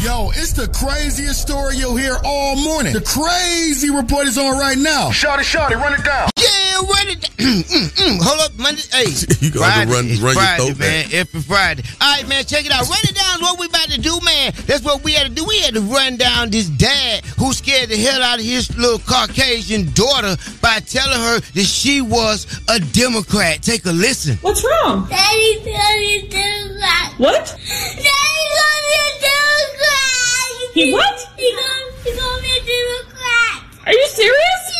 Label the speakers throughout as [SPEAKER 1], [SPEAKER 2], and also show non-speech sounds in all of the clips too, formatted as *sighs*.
[SPEAKER 1] Yo, it's the craziest story you'll hear all morning. The crazy report is on right now.
[SPEAKER 2] Shorty, shorty, run it down.
[SPEAKER 3] Yeah, run it down. *clears throat* Mm, Hold up, Monday. Hey,
[SPEAKER 4] *laughs* You gonna have to run-
[SPEAKER 3] it's
[SPEAKER 4] run your
[SPEAKER 3] Friday,
[SPEAKER 4] throat
[SPEAKER 3] man.
[SPEAKER 4] back.
[SPEAKER 3] Every Friday. All right, man, check it out. Run it down is what we about to do, man. That's what we had to do. We had to run down this dad who scared the hell out of his little Caucasian daughter by telling her that she was a Democrat. Take a listen.
[SPEAKER 5] What's wrong?
[SPEAKER 6] Daddy gonna do that.
[SPEAKER 5] What?
[SPEAKER 6] Daddy gonna do that.
[SPEAKER 5] He what?
[SPEAKER 6] He gonna, he gonna do that.
[SPEAKER 5] Are you serious?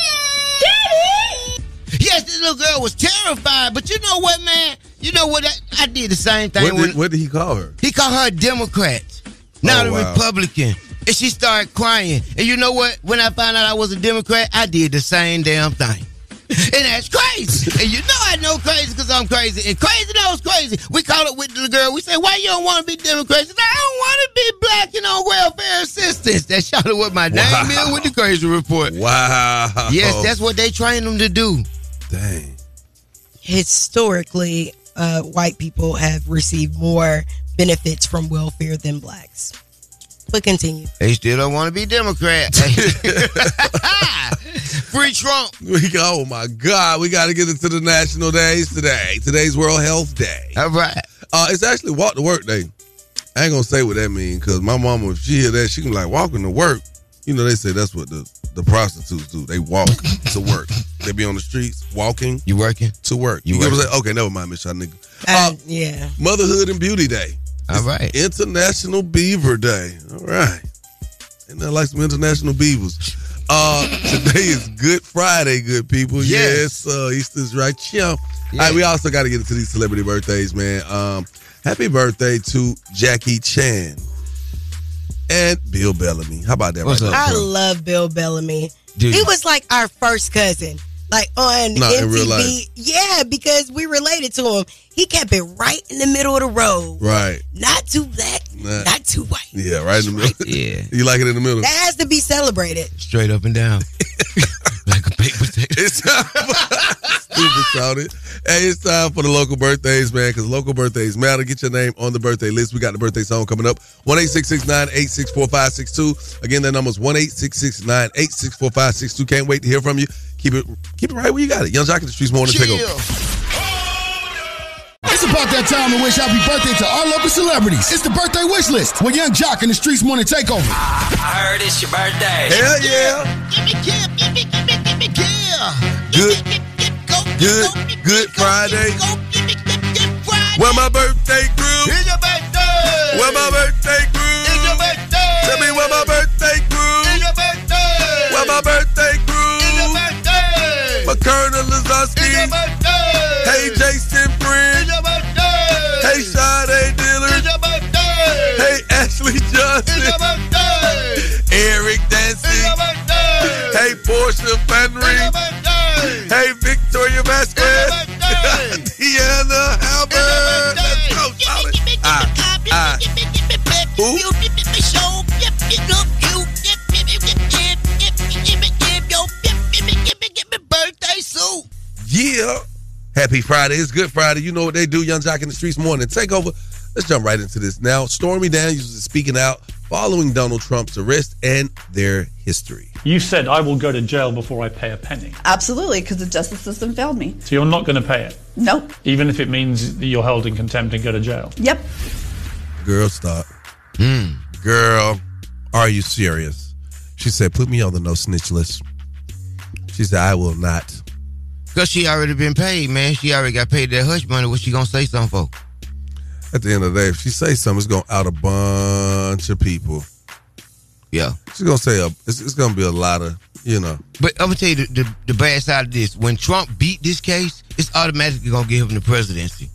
[SPEAKER 5] Daddy!
[SPEAKER 3] Yes, this little girl was terrified, but you know what, man? You know what? I, I did the same thing
[SPEAKER 4] What
[SPEAKER 3] when
[SPEAKER 4] did, what did he call her?
[SPEAKER 3] He called her a Democrat, not
[SPEAKER 4] Oh,
[SPEAKER 3] a
[SPEAKER 4] wow.
[SPEAKER 3] Republican. And she started crying. And you know what? When I found out I was a Democrat, I did the same damn thing. And that's crazy. and you know I know crazy because I'm crazy. And crazy knows crazy. We call it with the girl. We say, why you don't want to be Democrat? She said, I don't want to be black and on welfare assistance. That's y'all what my name
[SPEAKER 4] Wow.
[SPEAKER 3] is *laughs* with the crazy report.
[SPEAKER 4] Wow.
[SPEAKER 3] Yes, that's what they train them to do.
[SPEAKER 4] dang.
[SPEAKER 7] historically, uh, white people have received more benefits from welfare than blacks. But continue.
[SPEAKER 3] They still don't want to be *laughs* Democrat. Free Trump.
[SPEAKER 4] We go, oh my God, we got to get into the national days today. Today's World Health Day.
[SPEAKER 3] All right.
[SPEAKER 4] Uh, it's actually walk to work day. I ain't gonna say what that means because my mama, if she hear that, she can be like walking to work. You know, they say that's what the, the prostitutes do. They walk to work. They be on the streets walking
[SPEAKER 3] You working?
[SPEAKER 4] to work.
[SPEAKER 3] You
[SPEAKER 4] You, get what I'm
[SPEAKER 3] working.
[SPEAKER 4] saying? Okay, never mind, Miss Shaw nigga.
[SPEAKER 7] Uh,
[SPEAKER 4] Uh,
[SPEAKER 7] yeah.
[SPEAKER 4] Motherhood and Beauty Day.
[SPEAKER 3] All right.
[SPEAKER 4] International Beaver Day. All right. Ain't nothing like some international beavers.
[SPEAKER 3] *laughs*
[SPEAKER 4] Uh, today is Good Friday, good people.
[SPEAKER 3] Yes.
[SPEAKER 4] Yes, uh, Easter's right here. All right, we also got to get into these celebrity birthdays, man. Um, happy birthday to Jackie Chan and Bill Bellamy. How about that?
[SPEAKER 3] What's
[SPEAKER 4] right
[SPEAKER 3] up?
[SPEAKER 7] I
[SPEAKER 4] there?
[SPEAKER 7] love Bill Bellamy.
[SPEAKER 3] Dude.
[SPEAKER 7] He was like our first cousin, like on
[SPEAKER 4] Nah,
[SPEAKER 7] MTV.
[SPEAKER 4] in real life.
[SPEAKER 7] Yeah, because we related to him. He kept it right in the middle of the road.
[SPEAKER 4] Right.
[SPEAKER 7] Not too black,
[SPEAKER 4] Nah.
[SPEAKER 7] not too white.
[SPEAKER 4] Yeah, right in the middle.
[SPEAKER 3] Yeah.
[SPEAKER 4] *laughs* you like it in the middle?
[SPEAKER 7] That has to be celebrated.
[SPEAKER 3] Straight up and
[SPEAKER 4] *laughs*
[SPEAKER 3] down. like a baked potato.
[SPEAKER 4] It's time for, stupid shouted. Hey, it's time for the local birthdays, man, because local birthdays matter. Get your name on the birthday list. We got the birthday song coming up. 1 Again, that number's 1 Can't wait to hear from you. Keep it keep it right where you got it. Young Jock in the Streets Morning Takeover.
[SPEAKER 1] It's about that time to wish happy birthday to our local celebrities. It's the birthday wish list with Young Jock and the Streets Morning Takeover.
[SPEAKER 8] I heard it's your birthday.
[SPEAKER 4] Hell yeah.
[SPEAKER 3] Give me care, give me, give me, give me care.
[SPEAKER 4] Good.
[SPEAKER 3] Give, give, go,
[SPEAKER 4] Good- Good Friday.
[SPEAKER 3] Go, give me, give, give Friday.
[SPEAKER 4] Where my birthday crew?
[SPEAKER 3] It's your birthday.
[SPEAKER 4] Where my birthday
[SPEAKER 3] It's your
[SPEAKER 4] crew?
[SPEAKER 3] birthday.
[SPEAKER 4] Tell me where my birthday
[SPEAKER 3] It's
[SPEAKER 4] crew?
[SPEAKER 3] your birthday.
[SPEAKER 4] Where my birthday
[SPEAKER 3] It's your
[SPEAKER 4] crew?
[SPEAKER 3] birthday.
[SPEAKER 4] For Colonel
[SPEAKER 3] It's your
[SPEAKER 4] Lazowski.
[SPEAKER 3] birthday.
[SPEAKER 4] Hey, Jason Friend.
[SPEAKER 3] It's your birthday.
[SPEAKER 4] Hey, Sade
[SPEAKER 3] It's
[SPEAKER 4] Dillard.
[SPEAKER 3] your birthday.
[SPEAKER 4] Hey, Ashley
[SPEAKER 3] It's your
[SPEAKER 4] Johnson.
[SPEAKER 3] birthday.
[SPEAKER 4] Eric
[SPEAKER 3] It's your
[SPEAKER 4] Dancy.
[SPEAKER 3] birthday.
[SPEAKER 4] Hey, Portia
[SPEAKER 3] It's your
[SPEAKER 4] Fenry.
[SPEAKER 3] birthday.
[SPEAKER 4] Hey, Victoria Vasquez.
[SPEAKER 3] It's your birthday.
[SPEAKER 4] *laughs* Deanna Albert. Let's go, Charlotte. Ah, ah. Who? Yeah. Happy Friday. It's Good Friday. You know what they do, Young Jock in the Streets Morning Takeover. Let's jump right into this now. Stormy Daniels is speaking out following Donald Trump's arrest and their history.
[SPEAKER 9] You said I will go to jail before I pay a penny.
[SPEAKER 10] Absolutely, because the justice system failed me.
[SPEAKER 9] So you're not going to pay it,
[SPEAKER 10] Nope.
[SPEAKER 9] even if it means that you're held in contempt and go to jail.
[SPEAKER 10] Yep.
[SPEAKER 4] Girl, stop. Girl, are you serious? She said, put me on the no snitch list. She said, I will not.
[SPEAKER 3] Cause she already been paid, man. She already got paid that hush money. What she gonna say something for?
[SPEAKER 4] At the end of the day, if she say something, it's gonna out a bunch of people.
[SPEAKER 3] Yeah.
[SPEAKER 4] She's gonna say a, it's, it's gonna be a lot of, you know.
[SPEAKER 3] But I'm gonna tell you the, the, the bad side of this. When Trump beat this case, it's automatically gonna give him the presidency.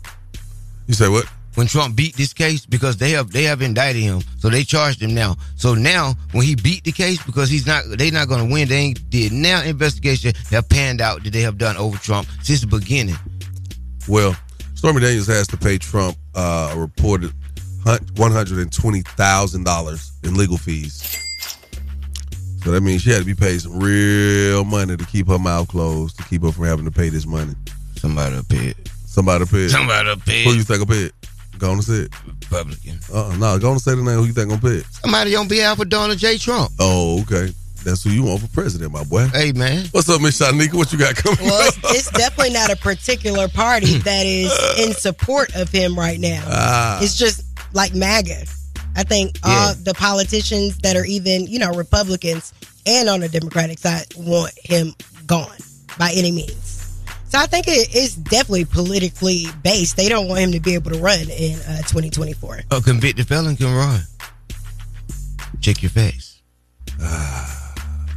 [SPEAKER 4] You say what?
[SPEAKER 3] When Trump beat this case, because they have they have indicted him, so they charged him now. So now, when he beat the case, because he's not they not gonna win. They ain't did now. Investigation have panned out that they have done over Trump since the beginning.
[SPEAKER 4] Well, Stormy Daniels has to pay Trump uh, a reported one hundred and twenty thousand dollars in legal fees. So that means she had to be paid some real money to keep her mouth closed, to keep her from having to pay this money.
[SPEAKER 3] Somebody up here.
[SPEAKER 4] Somebody paid.
[SPEAKER 3] Somebody up
[SPEAKER 4] Who
[SPEAKER 3] here.
[SPEAKER 4] you think will pay it? Go on and say it.
[SPEAKER 11] Republican.
[SPEAKER 4] Uh, uh no, go on and say the name. Who you think gonna pick?
[SPEAKER 11] Somebody on behalf of Donald J. Trump.
[SPEAKER 4] Oh, okay. That's who you want for president, my boy.
[SPEAKER 11] Hey, man.
[SPEAKER 4] What's up, Miss Shanika? What you got coming?
[SPEAKER 7] Well,
[SPEAKER 4] up?
[SPEAKER 7] it's, it's definitely not a particular party that is in support of him right now.
[SPEAKER 4] Ah.
[SPEAKER 7] It's just like MAGA. I think
[SPEAKER 11] Yeah.
[SPEAKER 7] all the politicians that are even, you know, Republicans and on the Democratic side want him gone by any means. So I think it is definitely politically based. They don't want him to be able to run in uh, 2024.
[SPEAKER 11] A convicted felon can run. Check your face.
[SPEAKER 4] Ah,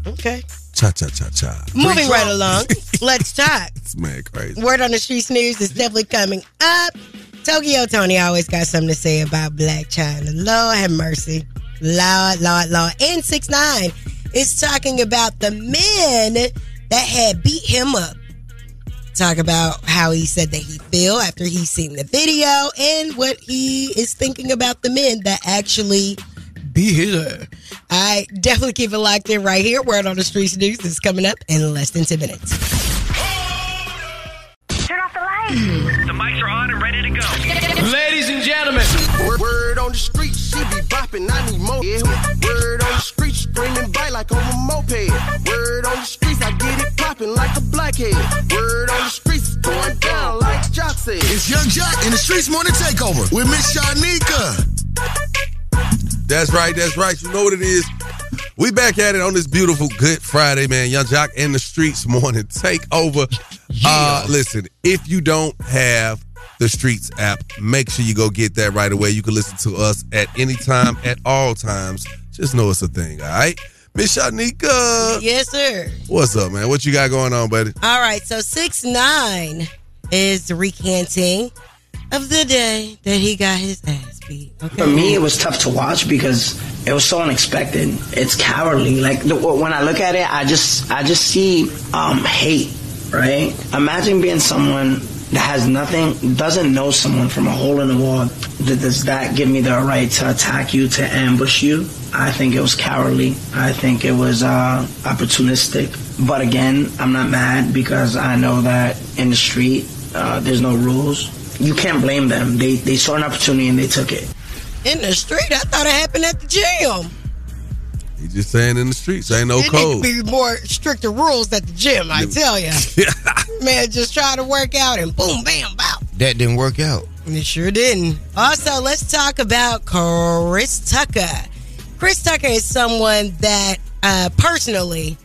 [SPEAKER 7] Okay.
[SPEAKER 4] Cha cha cha cha.
[SPEAKER 7] Moving right along, let's talk.
[SPEAKER 4] It's mad crazy.
[SPEAKER 7] Word on the streets news is definitely coming up. Tokyo Tony always got something to say about Black China. Lord have mercy. Lord, Lord, Lord. And 6 9 is talking about the men that had beat him up. Talk about how he said that he feel after he seen the video and what he is thinking about the men that actually beat his ass. I definitely keep it locked in right here. Word on the streets news is coming up in less than 10 minutes.
[SPEAKER 5] Turn off the lights.
[SPEAKER 12] The mics are on and ready to go.
[SPEAKER 13] Ladies and gentlemen,
[SPEAKER 14] Word, word on the street, she be bopping, I need more. Yeah. Word on the street, screaming bite like on a moped. Word on the streets, I get it popping like a blackhead. Word on the streets, going down like Jock said.
[SPEAKER 1] It's Young Jock in the Streets Morning Takeover with Miss Shanika.
[SPEAKER 4] That's right. That's right. You know what it is. We back at it on this beautiful Good Friday, man. Young Jock in the streets morning take over. Uh, listen, if you don't have the Streets app, make sure you go get that right away. You can listen to us at any time, at all times. Just know it's a thing, all right? Miss Shanika,
[SPEAKER 7] Yes, sir.
[SPEAKER 4] what's up, man? What you got going on, buddy?
[SPEAKER 7] All right, so six nine is recanting of the day that he got his ass beat. Okay.
[SPEAKER 13] it was tough to watch because it was so unexpected. It's cowardly. Like the, when I look at it, I just I just see um hate. Right? Imagine being someone that has nothing, doesn't know someone from a hole in the wall. Th- Does that give me the right to attack you, to ambush you? I think it was cowardly. I think it was uh, opportunistic. But again, I'm not mad because I know that in the street, uh, there's no rules. You can't blame them. They they saw an opportunity and they took it.
[SPEAKER 7] In the street, I thought it happened at the gym.
[SPEAKER 4] He just saying in the streets. Ain't no
[SPEAKER 7] There
[SPEAKER 4] code.
[SPEAKER 7] need to be more stricter rules at the gym. I tell you, man, just try to work out and boom, bam, bow.
[SPEAKER 11] That didn't work out.
[SPEAKER 7] It sure didn't. Also, let's talk about Chris Tucker. Chris Tucker is someone that, uh, personally,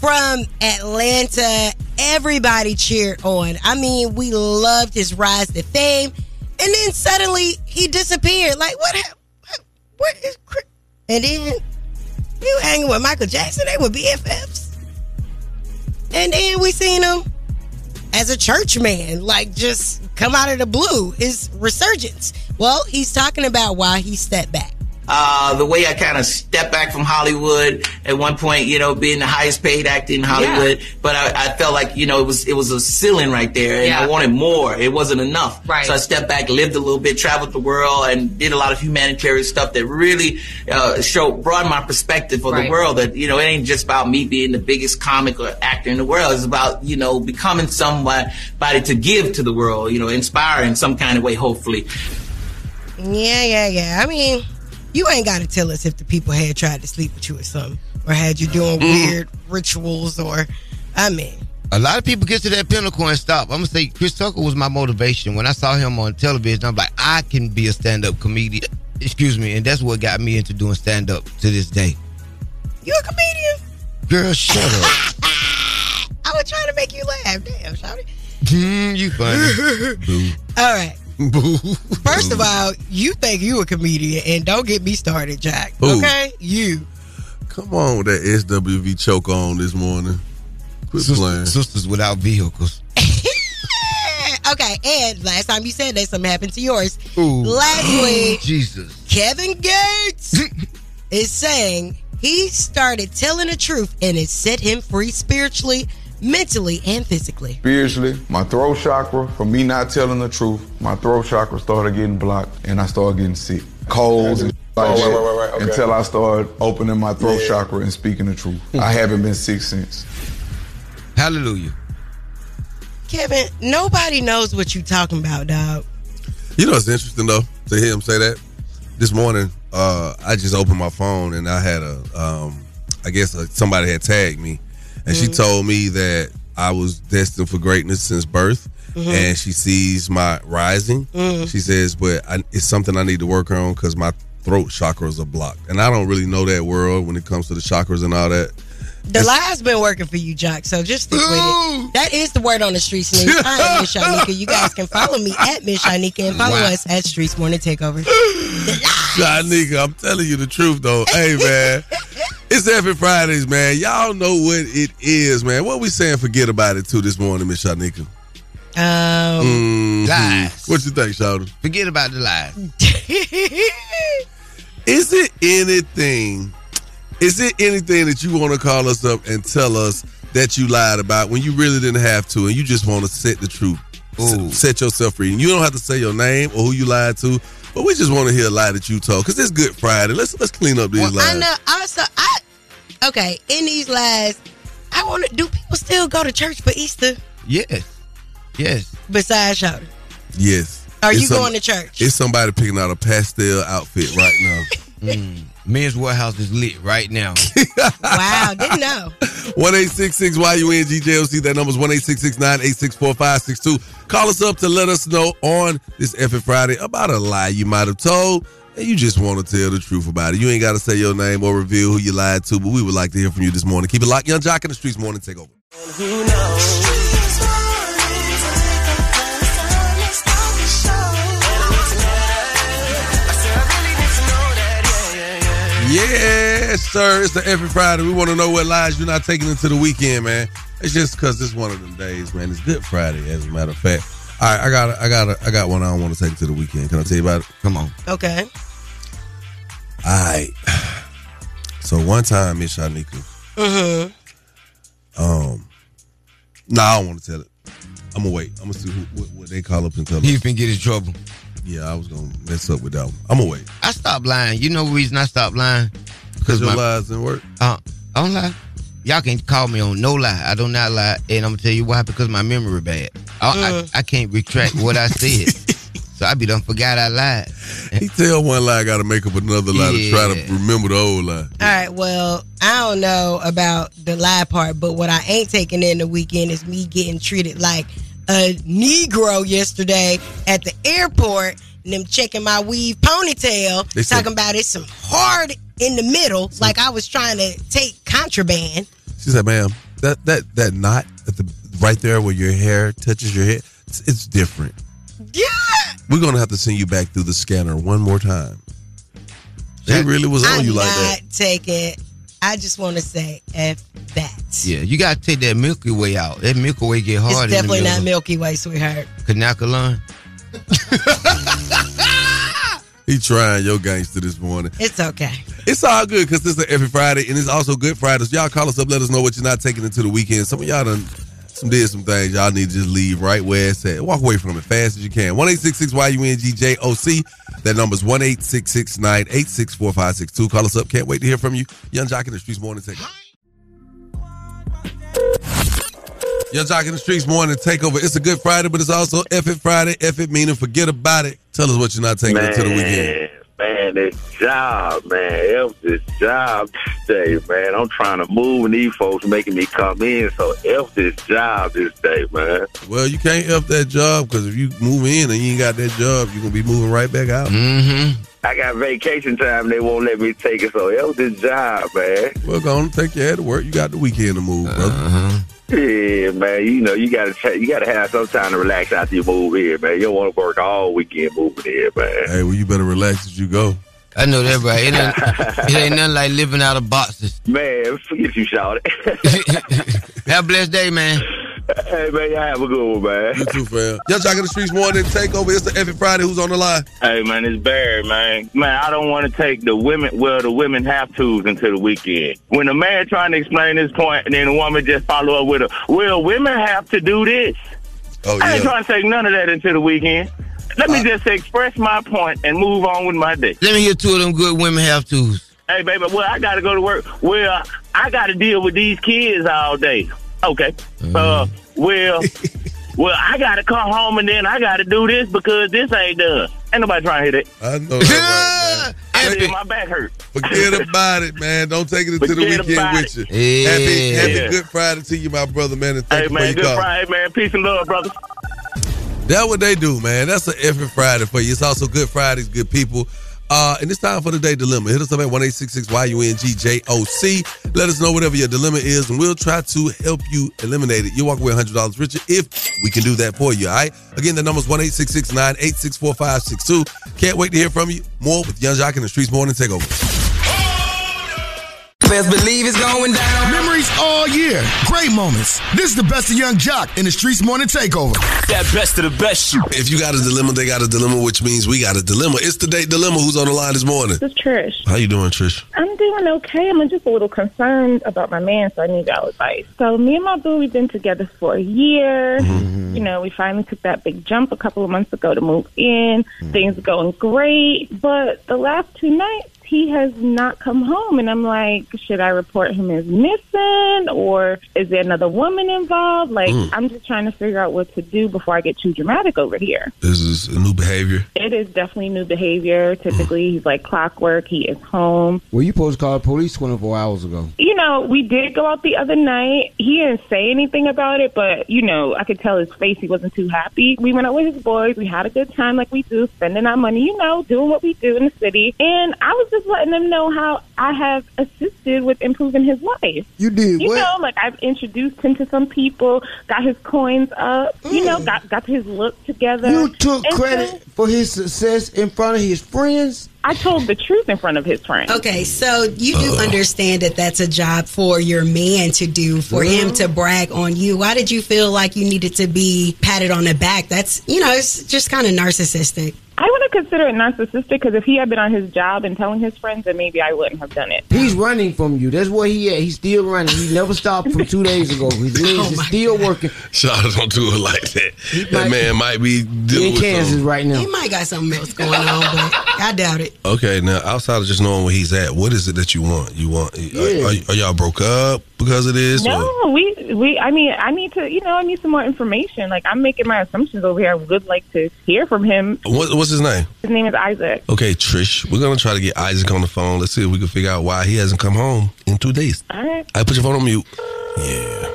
[SPEAKER 7] from Atlanta, everybody cheered on. I mean, we loved his rise to fame, and then suddenly he disappeared. Like, what? hap- what- What is Chris? And then you hanging with Michael Jackson? They were BFFs. And then we seen him as a church man, like just come out of the blue, his resurgence. Well, he's talking about why he stepped back.
[SPEAKER 13] uh, the way I kind of stepped back from Hollywood at one point, you know, being the highest paid actor in Hollywood, but I, I felt like, you know, it was, it was a ceiling right there and I wanted more. It wasn't enough.
[SPEAKER 7] Right.
[SPEAKER 13] So I stepped back, lived a little bit, traveled the world and did a lot of humanitarian stuff that really, uh, showed, broadened my perspective of the world that, you know, it ain't just about me being the biggest comic or actor in the world. It's about, you know, becoming somebody to give to the world, you know, inspire in some kind of way, hopefully.
[SPEAKER 7] Yeah, yeah, yeah. I mean, you ain't got to tell us if the people had tried to sleep with you or something, or had you doing weird rituals, or, I mean,
[SPEAKER 11] A lot of people get to that pinnacle and stop. I'm gonna say Chris Tucker was my motivation. When I saw him on television, I'm like, I can be a stand-up comedian. Excuse me, and that's what got me into doing stand-up to this day.
[SPEAKER 7] you a comedian.
[SPEAKER 11] Girl, shut up.
[SPEAKER 7] I was trying to make you laugh. Damn, shawty.
[SPEAKER 11] Mm, you funny.
[SPEAKER 7] All right.
[SPEAKER 4] Boo.
[SPEAKER 7] First of all, you think you a comedian, and don't get me started, Jack.
[SPEAKER 4] Who?
[SPEAKER 7] Okay, you.
[SPEAKER 4] Come on with that SWV choke on this morning. Quit playing.
[SPEAKER 11] Sisters, sisters without vehicles.
[SPEAKER 7] Eh, okay, and last time you said that something happened to yours.
[SPEAKER 11] Ooh.
[SPEAKER 7] *gasps* Lastly,
[SPEAKER 11] Jesus.
[SPEAKER 7] Kevin *laughs* Gates is saying he started telling the truth and it set him free spiritually, mentally, and physically.
[SPEAKER 14] Spiritually, my throat chakra, from me not telling the truth, my throat chakra started getting blocked and I started getting sick. Colds and like that until I started opening my throat chakra and speaking the truth. I haven't been sick since.
[SPEAKER 11] Hallelujah.
[SPEAKER 7] Kevin, nobody knows what you talking about, dog.
[SPEAKER 4] You know it's interesting though to hear him say that. This morning, uh, I just opened my phone and I had a, um, I guess uh, somebody had tagged me, and she
[SPEAKER 15] Mhm.
[SPEAKER 4] told me that I was destined for greatness since birth,
[SPEAKER 6] Mm-hmm.
[SPEAKER 15] Mhm.
[SPEAKER 4] *laughs* and she sees my rising.
[SPEAKER 15] Mhm.
[SPEAKER 4] She says, but I, it's something I need to work on because my throat chakras are blocked, and I don't really know that world when it comes to the chakras and all that.
[SPEAKER 7] The lie's been working for you, Jock, so just stick with it. That is the word on the streets. News. *laughs* I'm Miss Shanika. You guys can follow me at Miss Shanika and follow
[SPEAKER 4] Wow.
[SPEAKER 7] us at Streets Morning Takeover.
[SPEAKER 4] Nah, nigga, I'm telling you the truth though. Hey man, it's every Fridays, man. Y'all know what it is, man. What we saying? Forget about it too this morning, Miss Shanika.
[SPEAKER 3] Oh,
[SPEAKER 7] Um,
[SPEAKER 4] Mhm.
[SPEAKER 11] Lies.
[SPEAKER 4] What you think, Shawty?
[SPEAKER 11] Forget about the lies.
[SPEAKER 4] Is it anything? Is it anything that you want to call us up and tell us that you lied about when you really didn't have to, and you just want to set the truth, S- set yourself free, and you don't have to say your name or who you lied to, but we just want to hear a lie that you told because it's Good Friday. Let's let's clean up these lies.
[SPEAKER 7] I know. Also, I okay. In these lies, I want to. Do people still go to church for Easter?
[SPEAKER 4] Yes. Yes.
[SPEAKER 7] Besides *laughs* y'all,
[SPEAKER 4] Yes.
[SPEAKER 7] Are you going to church?
[SPEAKER 4] It's somebody picking out a pastel outfit right now.
[SPEAKER 11] *laughs* Mm. Men's warehouse is lit right now.
[SPEAKER 7] wow, didn't know.
[SPEAKER 4] One eight six six Y U N G J O C. That number's one eight six six nine eight six four five six two. Call us up to let us know on this effing Friday about a lie you might have told, and you just want to tell the truth about it. You ain't got to say your name or reveal who you lied to, but we would like to hear from you this morning. Keep it locked, Young Jock in the Streets Morning Takeover. Yes, sir. It's the every Friday. We want to know what lies you're not taking into the weekend, man. It's just because it's one of them days, man. It's Good Friday, as a matter of fact. All right, I got, I got, I got one I don't want to take to the weekend. Can I tell you about it? Come on.
[SPEAKER 7] Okay.
[SPEAKER 4] All right. So one time, Miss Shanika,
[SPEAKER 7] Mm-hmm.
[SPEAKER 4] um, no, nah, I don't want to tell it. I'm gonna wait. I'm gonna see who, what, what they call up and tell.
[SPEAKER 11] He's been get in trouble.
[SPEAKER 4] Yeah, I was gonna mess up with that one. I'm gonna wait.
[SPEAKER 11] I stopped lying. You know the reason I stopped lying?
[SPEAKER 4] Because your lies didn't work.
[SPEAKER 11] Uh, I don't lie. Y'all can call me on no lie. I do not lie, and I'm gonna tell you why. Because my memory bad. I,
[SPEAKER 4] Uh.
[SPEAKER 11] I, I can't retract what I
[SPEAKER 4] *laughs*
[SPEAKER 11] said, so I be done forgot I lied.
[SPEAKER 4] He tell one lie, got to make up another lie to try to remember the old lie.
[SPEAKER 7] All right. Well, I don't know about the lie part, but what I ain't taking in the weekend is me getting treated like a Negro yesterday at the airport and them checking my weave ponytail,
[SPEAKER 4] They said-
[SPEAKER 7] talking about it's some hard in the middle, like I was trying to take contraband.
[SPEAKER 4] She said, "Ma'am, that that that knot at the right there where your hair touches your head, it's, it's different.
[SPEAKER 7] Yeah.
[SPEAKER 4] We're gonna have to send you back through the scanner one more time. It really was on
[SPEAKER 7] I'm
[SPEAKER 4] you like
[SPEAKER 7] not
[SPEAKER 4] that.
[SPEAKER 7] taking. I just want to say f that.
[SPEAKER 11] Yeah, you gotta take that Milky Way out. That Milky Way get hard.
[SPEAKER 7] It's definitely
[SPEAKER 11] in the
[SPEAKER 7] not Milky Way, sweetheart.
[SPEAKER 11] not Kanaka
[SPEAKER 4] He trying your gangster this morning.
[SPEAKER 7] It's okay.
[SPEAKER 4] It's all good because this is every Friday and it's also Good Friday. So y'all call us up, let us know what you're not taking into the weekend. Some of y'all done some did some things y'all need to just leave right where it's at. Walk away from it fast as you can. One eight six six Y U N G J O C. That number's one eight six six nine eight six four five six two. Call us up. Can't wait to hear from you. Young Jock in the Streets Morning Takeover. Young Jock in the Streets Morning Takeover. It's a Good Friday, but it's also F It Friday. F It meaning forget about it. Tell us what you're not taking into the weekend.
[SPEAKER 16] Man, this job, man, F this job this day, man. I'm trying to move, and these folks making me come in, so F this job this day, man.
[SPEAKER 4] Well, you can't up that job because if you move in and you ain't got that job, you're gonna be moving right back out. Mm-hmm.
[SPEAKER 16] I got vacation time, they won't let me take it, so F this job, man.
[SPEAKER 4] Well, go on, take your head to work. You got the weekend to move, brother. Uh-huh.
[SPEAKER 16] Yeah, man, you know you gotta ch- you gotta have some time to relax after you move here, man. You don't want to work all weekend moving here, man.
[SPEAKER 4] Hey, well, you better relax as you go.
[SPEAKER 11] I know that right. It ain't, it ain't nothing like living out of boxes.
[SPEAKER 16] Man, forget you, shout
[SPEAKER 11] Have a blessed day, man.
[SPEAKER 16] Hey, man, y'all have a good one, man.
[SPEAKER 4] You too, fam. Y'all jock in the streets more than takeover. It's the every Friday. Who's on the line?
[SPEAKER 17] Hey man, it's Barry, man. Man, I don't want to take the women well the women have tos into the weekend. When a man trying to explain his point and then a woman just follow up with a well women have to do this.
[SPEAKER 4] Oh,
[SPEAKER 17] I ain't trying to take none of that into the weekend. Let me just express my point and move on with my day.
[SPEAKER 11] Uh, Let me hear two of them good women have twos.
[SPEAKER 17] Hey baby, well I gotta go to work. Well,
[SPEAKER 11] Mm. *laughs*
[SPEAKER 17] I gotta deal with these kids all day. Okay. Uh well well, I got to come home and then I got to do this because this ain't done. Ain't nobody trying to hear that.
[SPEAKER 4] I know. That
[SPEAKER 17] *laughs* I
[SPEAKER 4] right,
[SPEAKER 17] did,
[SPEAKER 4] man.
[SPEAKER 17] my back hurt. *laughs*
[SPEAKER 4] Forget about it, man. Don't take it into the
[SPEAKER 17] Forget
[SPEAKER 4] weekend
[SPEAKER 17] about
[SPEAKER 4] with you.
[SPEAKER 17] it.
[SPEAKER 4] Happy,
[SPEAKER 17] Yeah.
[SPEAKER 4] happy
[SPEAKER 17] Yeah.
[SPEAKER 4] Good Friday to you, my brother, man. And thank
[SPEAKER 17] Hey,
[SPEAKER 4] you
[SPEAKER 17] man,
[SPEAKER 4] for
[SPEAKER 17] good
[SPEAKER 4] your call.
[SPEAKER 17] Friday, man. Peace and love, brother.
[SPEAKER 4] That's what they do, man. That's an every Friday for you. It's also Good Fridays, good people. Uh, and it's time for the day dilemma. Hit us up at one eight six six Y U N G J O C. Let us know whatever your dilemma is, and we'll try to help you eliminate it. You walk away hundred dollars richer if we can do that for you. All right. Again, the number's one eight six six nine eight six four five six two. Can't wait to hear from you. More with Young Jock in the Streets Morning Takeover.
[SPEAKER 1] Best believe it's going down. Memories all year. Great moments. This is the best of Young Jock in the Streets Morning Takeover.
[SPEAKER 4] That best of the best. If you got a dilemma, they got a dilemma, which means we got a dilemma. It's the date dilemma. Who's on the line this morning?
[SPEAKER 15] This is Trish.
[SPEAKER 4] How you doing, Trish?
[SPEAKER 15] I'm doing okay. I'm just a little concerned about my man, so I need your advice. So me and my boo, we've been together for a year. You know, we finally took that big jump a couple of months ago to move in. Things are going great, but the last two nights he has not come home, and I'm like, should I report him as missing, or is there another woman involved? Like,
[SPEAKER 4] Mm.
[SPEAKER 15] I'm just trying to figure out what to do before I get too dramatic over here.
[SPEAKER 4] This is a new behavior.
[SPEAKER 15] It is definitely new behavior. Typically, he's like clockwork. He is home.
[SPEAKER 3] Were you supposed to call the police 24 hours ago?
[SPEAKER 15] You know, we did go out the other night. He didn't say anything about it, but you know, I could tell his face he wasn't too happy. We went out with his boys. We had a good time, like we do, spending our money, you know, doing what we do in the city. And I was just letting him know how I have assisted with improving his life.
[SPEAKER 3] You did
[SPEAKER 15] You
[SPEAKER 3] what?
[SPEAKER 15] know, like I've introduced him to some people, got his coins up, you know, got got his look together.
[SPEAKER 3] Mm. You took
[SPEAKER 15] And so-
[SPEAKER 3] credit for his success in front of his friends.
[SPEAKER 15] I told the truth in front of his friends.
[SPEAKER 7] Okay, so you do understand that that's a job for your man to do, for him to brag on you. Why did you feel like you needed to be patted on the back? That's, you know, it's just kind of narcissistic.
[SPEAKER 15] I want to consider it narcissistic because if he had been on his job and telling his friends, then maybe I wouldn't have done it.
[SPEAKER 3] He's running from you. That's where he at. He's still running. He never stopped from two days ago.
[SPEAKER 4] *laughs* Oh
[SPEAKER 3] His legs is still working.
[SPEAKER 4] Shout don't do it like that. That man might be
[SPEAKER 3] He
[SPEAKER 4] dealing
[SPEAKER 3] in
[SPEAKER 4] with
[SPEAKER 3] Kansas
[SPEAKER 4] something.
[SPEAKER 3] right now.
[SPEAKER 7] He might got something else going on,
[SPEAKER 4] *laughs*
[SPEAKER 7] but I doubt it.
[SPEAKER 4] Okay, now outside of just knowing where he's at, what is it that you want? You want? Are, are, are y'all broke up because of this? or-
[SPEAKER 15] No, we we. I mean, I need to. You know, I need some more information. Like I'm making my assumptions over here. I would like to hear from him.
[SPEAKER 4] What, what's his name?
[SPEAKER 15] His name is Isaac.
[SPEAKER 4] Okay, Trish. We're gonna try to get Isaac on the phone. Let's see if we can figure out why he hasn't come home in two days.
[SPEAKER 15] All right.
[SPEAKER 4] I put your phone on mute. Yeah.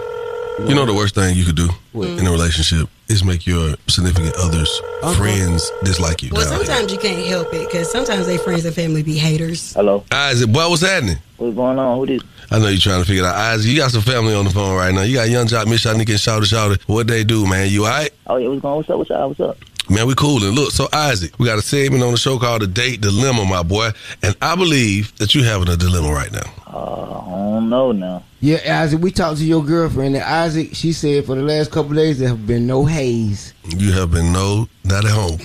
[SPEAKER 4] You know the worst thing you could do in a relationship is make your significant other's friends dislike you.
[SPEAKER 7] Well,
[SPEAKER 4] Now,
[SPEAKER 7] sometimes you can't help it because sometimes they friends and family be haters.
[SPEAKER 4] Hello. Isaac, boy, what's happening? What's going on? Who this? I know you're trying to figure it out. Isaac, you got some family on the phone right now. You got Young Jock, Miss Shanika, and Shouter Shouter. What they do, man? You all right?
[SPEAKER 18] Oh yeah, what's going? What's up? What's up? What's up?
[SPEAKER 4] Man, we cool. And look, so Isaac, we got a segment on the show called The Date Dilemma, my boy. And I believe that you having a dilemma right now.
[SPEAKER 18] Uh, I don't know now.
[SPEAKER 3] Yeah, Isaac, we talked to your girlfriend, and Isaac, she said for the last couple of days there have been no haze.
[SPEAKER 4] You have been no, not at *laughs* home.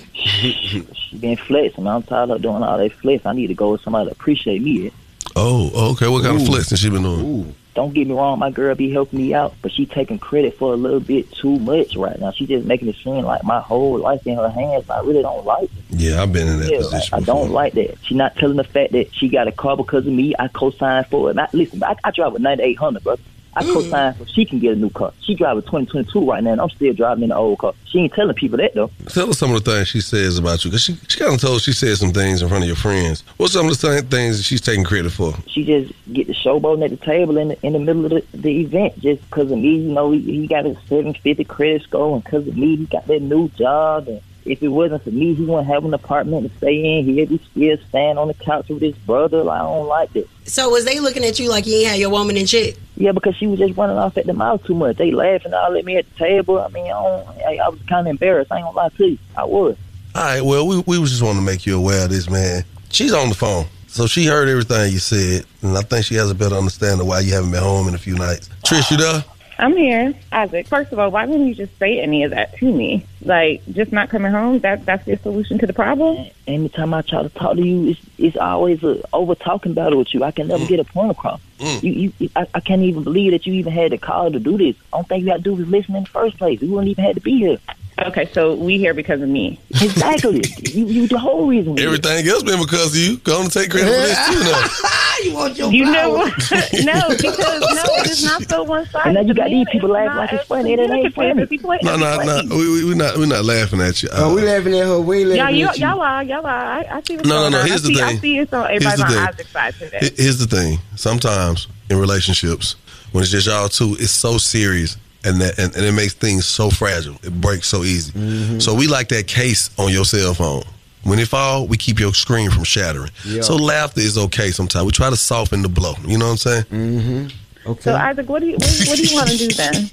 [SPEAKER 18] She been flexing. man. I'm tired of doing all that flex. I need to go with somebody that appreciate me.
[SPEAKER 4] Oh, okay. What kind of flexing she been doing?
[SPEAKER 18] Don't get me wrong, my girl be helping me out, but she taking credit for a little bit too much right now. She just making it seem like my whole life in her hands. I really don't like it.
[SPEAKER 4] Yeah, I've been in that
[SPEAKER 18] Yeah, like,
[SPEAKER 4] position.
[SPEAKER 18] I don't like that. She not telling the fact that she got a car because of me. I co-signed for it. Not listen, I, I drive a 9800, brother. I
[SPEAKER 4] Mm.
[SPEAKER 18] co-signed for she can get a new car. She drive a 2022 right now, and I'm still driving in the old car. She ain't telling people that though.
[SPEAKER 4] Tell us some of the things she says about you, because she, she kind of told she said some things in front of your friends. What's some of the same things that she's taking credit for?
[SPEAKER 18] she just get the showboating at the table in the, in the middle of the, the event just because of me. You know, he, he got a 750 credit score, and because of me, he got that new job. And if it wasn't for me, he wouldn't have an apartment to stay in. He'd be still staying on the couch with his brother. Like, I don't like that.
[SPEAKER 7] So was they looking at you like you ain't had your woman and shit?
[SPEAKER 18] Yeah, because she was just running off at the mouth too much. They laughing all at me at the table. I mean, I, don't, I, I was kind of embarrassed. I ain't gonna lie to you. I was.
[SPEAKER 4] All right, well, we, we was just want to make you aware of this, man. She's on the phone. So she heard everything you said, and I think she has a better understanding of why you haven't been home in a few nights. Trish, you there?
[SPEAKER 15] I'm here, Isaac. First of all, why wouldn't you just say any of that to me? Like just not coming home. That that's your solution to the problem.
[SPEAKER 18] Anytime I try to talk to you, it's, it's always a over talking battle with you. I can never get a point across.
[SPEAKER 4] Mm.
[SPEAKER 18] You, you, I, I can't even believe that you even had the call to do this. I don't think you had to do was listen in the first place. You wouldn't even had to be here.
[SPEAKER 15] Okay, so we here because of me.
[SPEAKER 18] Exactly. you, you the whole reason.
[SPEAKER 4] Everything else been because of you. Go on and take credit for this, too, now.
[SPEAKER 3] Why *laughs* you want your
[SPEAKER 15] You know
[SPEAKER 3] flowers?
[SPEAKER 15] what? *laughs* no, because no, it's not so one sided.
[SPEAKER 18] And now you got these people acting like it's funny. It ain't funny.
[SPEAKER 15] *laughs*
[SPEAKER 4] No, no, no. We, we, we're not. We're not laughing at you. Uh,
[SPEAKER 3] Oh, we laughing at her. We ain't
[SPEAKER 15] Y'all,
[SPEAKER 3] laughing
[SPEAKER 15] you,
[SPEAKER 3] at you.
[SPEAKER 15] y'all are, y'all are. I, I see what's
[SPEAKER 4] No, no,
[SPEAKER 15] going
[SPEAKER 4] no,
[SPEAKER 15] on.
[SPEAKER 4] here's
[SPEAKER 15] I
[SPEAKER 4] the
[SPEAKER 15] see, I
[SPEAKER 4] thing.
[SPEAKER 15] see it's on
[SPEAKER 4] Here's
[SPEAKER 15] everybody's
[SPEAKER 4] the
[SPEAKER 15] on
[SPEAKER 4] thing.
[SPEAKER 15] Isaac's side today.
[SPEAKER 4] Here- Here's the thing. Sometimes in relationships, when it's just y'all two, it's so serious and that and, and it makes things so fragile. It breaks so easy. So we like that case on your cell phone. When it fall, we keep your screen from shattering.
[SPEAKER 15] Yeah.
[SPEAKER 4] So laughter is okay sometimes. We try to soften the blow. You know what I'm saying? Mm-hmm.
[SPEAKER 15] So Isaac, what do you what, what do you want to do then?
[SPEAKER 18] *laughs*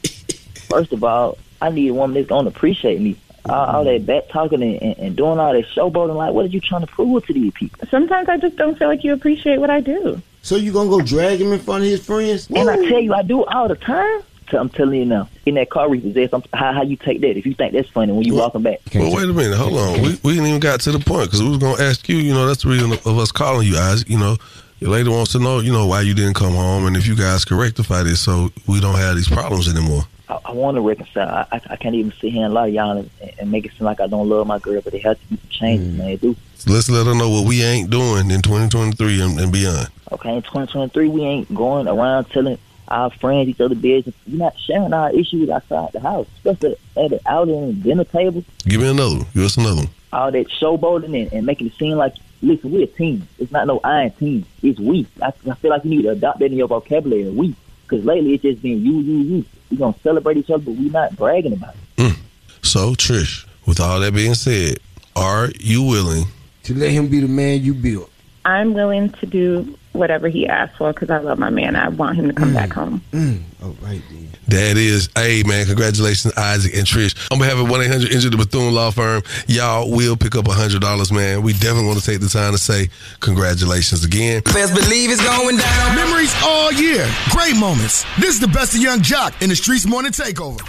[SPEAKER 18] First of all, I need a woman that's gonna appreciate me. All, all that back talking and, and, and doing all that showboating, like, what are you trying to prove to these people?
[SPEAKER 15] Sometimes I just don't feel like you appreciate what I do.
[SPEAKER 3] So you gonna go drag him in front of his friends?
[SPEAKER 18] And I tell you, I do all the time. So I'm telling you now, in that car repossessed, I'm, how how you take that? If you think that's funny when you walking back,
[SPEAKER 4] Well, wait a minute. Hold on. We, we didn't even got to the point because we was gonna ask you. You know, that's the reason of us calling you, Isaac. You know, your lady wants to know. You know, why you didn't come home and if you guys could rectify this so we don't have these problems anymore.
[SPEAKER 18] I, I want to reconcile. I, I, I can't even sit here and lie to y'all and, and make it seem like I don't love my girl, but it has to be some changes,
[SPEAKER 3] Hmm.
[SPEAKER 18] man. It do.
[SPEAKER 4] So let's let her know what we ain't doing in 2023 and, and beyond.
[SPEAKER 18] Okay, in 2023, we ain't going around telling our friends each other business. We're not sharing our issues outside the house, especially at the outing and dinner table.
[SPEAKER 4] Give me another. one. Give us another. one.
[SPEAKER 18] All that showboating and, and making it seem like, listen, we're a team. It's not no I and team. It's we. I, I feel like you need to adopt that in your vocabulary, we. Because lately it's just been you, you, you. we going to celebrate each other, but we not bragging about it.
[SPEAKER 4] Mm. So Trish, with all that being said, are you willing
[SPEAKER 3] to let him be the man you built?
[SPEAKER 15] I'm willing to do whatever he asks for because I love my man. I want him to
[SPEAKER 4] Mm.
[SPEAKER 15] come back home.
[SPEAKER 3] Oh, right. then.
[SPEAKER 4] That is, hey man, congratulations, Isaac and Trish. On behalf of 1 800 Injured the Bethune Law Firm, y'all will pick up $100, man. We definitely want to take the time to say congratulations again.
[SPEAKER 1] Best believe it's going down. Memories all year. Great moments. This is the best of Young Jock in the Streets Morning Takeover.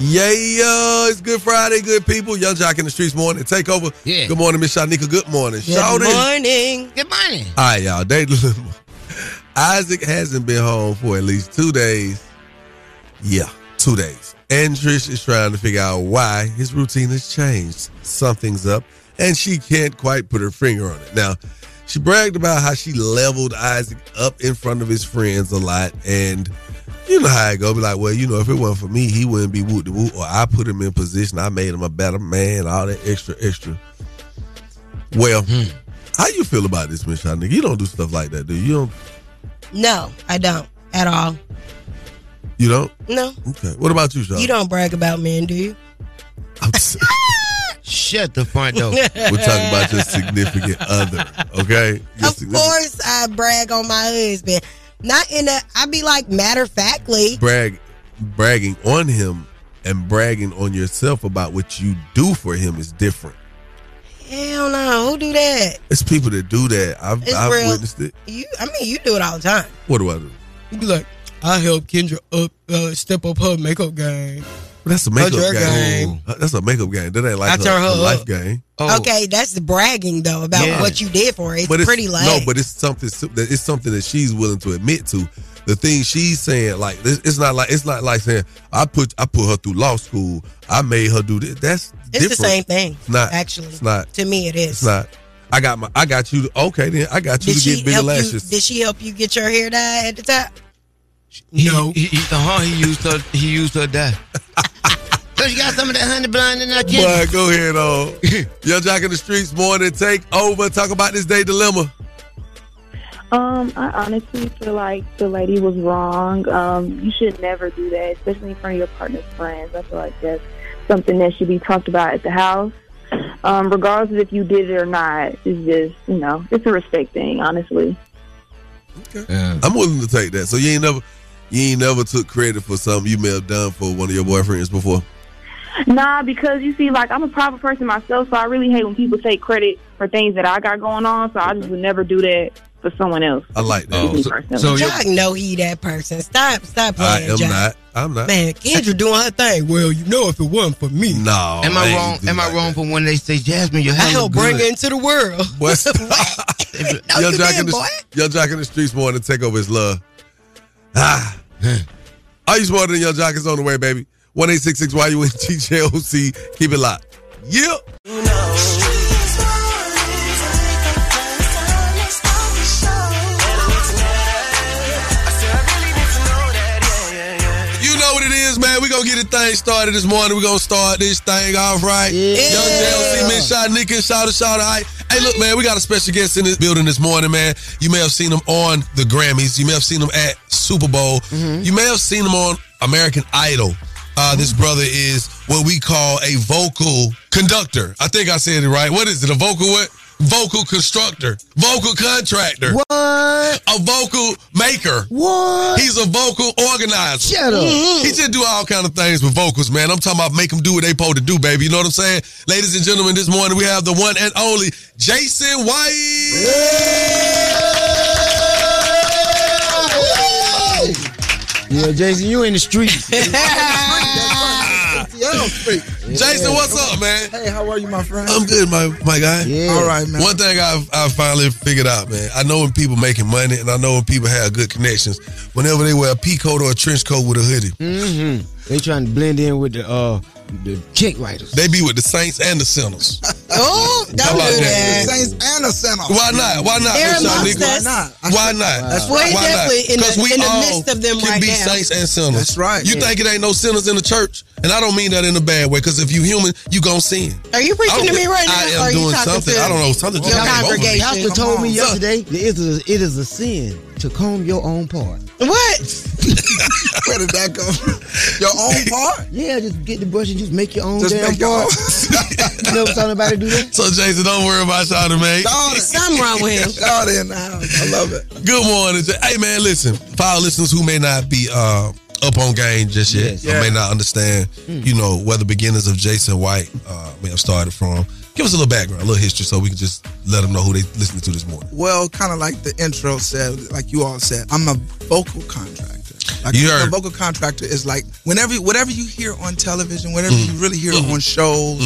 [SPEAKER 4] Yeah, it's Good Friday, good people. Young Jock in the Streets morning. Take over. Yeah. Good morning, Miss Shanika. Good morning. Shawty.
[SPEAKER 7] morning.
[SPEAKER 11] Good morning.
[SPEAKER 4] All right, y'all. They, *laughs* Isaac hasn't been home for at least two days. Yeah, two days. And Trish is trying to figure out why his routine has changed. Something's up, and she can't quite put her finger on it. Now, she bragged about how she leveled Isaac up in front of his friends a lot, and you know how it go. Be like, well, you know, if it wasn't for me, he wouldn't be woo de woo, or I put him in position, I made him a better man, all that extra, extra. Well, how you feel about this, Miss Shanika? You don't do stuff like that, do you? You don't.
[SPEAKER 7] No, I don't at all.
[SPEAKER 4] You don't.
[SPEAKER 7] No.
[SPEAKER 4] Okay. What about you, Shanika?
[SPEAKER 7] You don't brag about men, do you? *laughs*
[SPEAKER 11] Shut the front door.
[SPEAKER 7] We're
[SPEAKER 4] We're talking about your significant other, okay? Your
[SPEAKER 7] Of course, I brag on my husband. Not in a. I be like matter of factly.
[SPEAKER 4] brag, bragging on him and bragging on yourself about what you do for him is different.
[SPEAKER 7] Hell no, who do that?
[SPEAKER 4] It's people that do that. I've,
[SPEAKER 7] It's
[SPEAKER 4] I've
[SPEAKER 7] real.
[SPEAKER 4] witnessed it.
[SPEAKER 7] You. I mean, you do it all the time.
[SPEAKER 4] What do I do?
[SPEAKER 19] You be like, I help Kendra up, uh, step up her makeup game.
[SPEAKER 4] That's a
[SPEAKER 19] Her
[SPEAKER 4] makeup
[SPEAKER 19] drug
[SPEAKER 4] game. That's a makeup game. That ain't like
[SPEAKER 19] I turn
[SPEAKER 4] her, her
[SPEAKER 19] her
[SPEAKER 4] life
[SPEAKER 19] up.
[SPEAKER 4] game.
[SPEAKER 7] Okay, that's the bragging though about
[SPEAKER 4] Yeah.
[SPEAKER 7] what you did for her. It's
[SPEAKER 4] but it's,
[SPEAKER 7] pretty lame.
[SPEAKER 4] No, but it's something. su- that- It's something that she's willing to admit to. The thing she's saying, like this- it's not like it's not like saying I put I put her through law school. I made her do this. That's
[SPEAKER 7] it's the
[SPEAKER 4] different.
[SPEAKER 7] same thing.
[SPEAKER 4] It's not
[SPEAKER 7] actually.
[SPEAKER 4] It's not.
[SPEAKER 7] To me, it is.
[SPEAKER 4] It's not. I got my. I got you. to- Okay, then I got you
[SPEAKER 7] Did
[SPEAKER 4] to
[SPEAKER 7] she
[SPEAKER 4] get bigger
[SPEAKER 7] help
[SPEAKER 4] lashes.
[SPEAKER 7] you? Did she help you get your hair dyed at the top?
[SPEAKER 11] No. He, he, uh-huh, he used her. He used her dye. so you got some of that honey blind in that kid?
[SPEAKER 4] Boy, go
[SPEAKER 11] *laughs*
[SPEAKER 4] ahead on. Yo, Jock in the streets, morning take over. Talk about this day dilemma.
[SPEAKER 15] Um, I honestly feel like the lady was wrong. Um, you should never do that, especially in front of your partner's friends. I feel like that's something that should be talked about at the house. Um, regardless if you did it or not, it's just, you know, it's a respect thing, honestly.
[SPEAKER 4] I'm willing to take that. So you ain't never, you ain't never took credit for something you may have done for one of your boyfriends before.
[SPEAKER 15] Nah, because you see, like I'm a private person myself, so I really hate when people take credit for things that I got going on. So I just would never do that for someone else.
[SPEAKER 4] I like that.
[SPEAKER 15] Oh, so-
[SPEAKER 7] So Jock know he that person. Stop, stop
[SPEAKER 4] I
[SPEAKER 7] playing,
[SPEAKER 4] am
[SPEAKER 7] Jock.
[SPEAKER 4] not. I'm not.
[SPEAKER 7] Man, Kendra doing her thing. Well, you know, if it wasn't for me,
[SPEAKER 4] no.
[SPEAKER 11] Am I wrong? Am I wrong for when they say Jasmine? Your hair
[SPEAKER 7] I helped
[SPEAKER 11] look
[SPEAKER 7] bring
[SPEAKER 11] good.
[SPEAKER 7] her into the world.
[SPEAKER 4] *laughs* What?
[SPEAKER 7] No,
[SPEAKER 4] Yo,
[SPEAKER 7] you
[SPEAKER 4] Jock in
[SPEAKER 7] didn't,
[SPEAKER 4] the,
[SPEAKER 7] boy.
[SPEAKER 4] yo, Jock in the streets, morning take over his love. Ah, are you smarter than your Jock is on the way, baby? One eight six six Y U N G J O C. Keep it locked. Yep.
[SPEAKER 5] It's morning. It's morning. It's morning. It's morning.
[SPEAKER 4] gonna get a thing started this morning. We're gonna start this thing off right. Young JLC, Miss Shot Nika, shout out, shout out. Hey, look, man, we got a special guest in this building this morning, man. You may have seen him on the Grammys. You may have seen him at Super Bowl. You may have seen him on American Idol. Uh, this brother is what we call a vocal conductor. I think I said it right. What is it? A vocal what? Vocal constructor, vocal contractor. What? *laughs* A vocal maker. What? He's a vocal organizer. Mm-hmm.
[SPEAKER 3] Shut up. Mhm.
[SPEAKER 4] He just do all kind of things with vocals, man. I'm talking about make them do what they supposed to do, baby. You know what I'm saying? Ladies and gentlemen, this morning we have the one and only Jason White.
[SPEAKER 3] Yeah, Jason, you in the
[SPEAKER 4] *laughs*
[SPEAKER 3] streets.
[SPEAKER 4] Jason, what's up, man?
[SPEAKER 20] Hey, how are you, my friend?
[SPEAKER 4] I'm good, my my guy.
[SPEAKER 20] All right, man.
[SPEAKER 4] One thing I've I finally figured out, man. I know when people making money, and I know when people have good connections. Whenever they wear a pea coat or a trench coat with a hoodie,
[SPEAKER 3] mm-hmm. They trying to blend in with the uh the chick writers.
[SPEAKER 4] they be with the Saints and the Sinners.
[SPEAKER 20] Oh,
[SPEAKER 4] don't How about do that? that.
[SPEAKER 20] Saints and the Sentinel.
[SPEAKER 4] Why not? Why not? Miss Shaniqua?
[SPEAKER 20] Why not? I
[SPEAKER 4] Why
[SPEAKER 20] should-
[SPEAKER 4] not?
[SPEAKER 20] That's
[SPEAKER 4] Why
[SPEAKER 20] right.
[SPEAKER 4] not?
[SPEAKER 20] definitely in the-
[SPEAKER 4] 'Cause we
[SPEAKER 20] in the
[SPEAKER 4] all
[SPEAKER 20] midst of them
[SPEAKER 4] can
[SPEAKER 20] right
[SPEAKER 4] be
[SPEAKER 20] now.
[SPEAKER 4] saints and sinners. That's right. You
[SPEAKER 20] Yeah.
[SPEAKER 4] think it ain't no sinners in the church? And I don't mean that in a bad way, because if you human, you gonna sin.
[SPEAKER 21] Are you
[SPEAKER 4] I
[SPEAKER 21] preaching
[SPEAKER 4] don't
[SPEAKER 21] to me
[SPEAKER 4] think-
[SPEAKER 21] right now?
[SPEAKER 4] I am
[SPEAKER 21] or are you
[SPEAKER 4] doing
[SPEAKER 21] talking
[SPEAKER 4] something.
[SPEAKER 21] To
[SPEAKER 4] I don't know. Something
[SPEAKER 21] your
[SPEAKER 4] just came over me.
[SPEAKER 21] congregation.
[SPEAKER 3] Pastor told me yesterday that it is, a, it is a sin to comb your own part.
[SPEAKER 21] What?
[SPEAKER 20] Where did that go? Your own part?
[SPEAKER 3] *laughs* Yeah, just get the brush and just make your own
[SPEAKER 20] Just
[SPEAKER 3] damn
[SPEAKER 20] make your
[SPEAKER 3] part. you never saw nobody do that?
[SPEAKER 4] *laughs* So Jason, don't worry about Shawty, man.
[SPEAKER 20] Something wrong with
[SPEAKER 4] *laughs*
[SPEAKER 20] him. Shawty in the house. I love it.
[SPEAKER 4] Good morning. Jay- Hey man, listen. For our listeners who may not be uh, up on game just yet,
[SPEAKER 20] Yes.
[SPEAKER 4] or may
[SPEAKER 20] Yeah. Hmm.
[SPEAKER 4] not understand, you know, where the beginnings of Jason White uh, may have started from. Give us a little background, a little history, so we can just let them know who they listening to this morning.
[SPEAKER 20] Well, kind of like the intro said, like you all said, I'm a vocal contractor. Like
[SPEAKER 4] You
[SPEAKER 20] a
[SPEAKER 4] heard.
[SPEAKER 20] vocal contractor is like whenever whatever you hear on television, whatever you really hear on shows,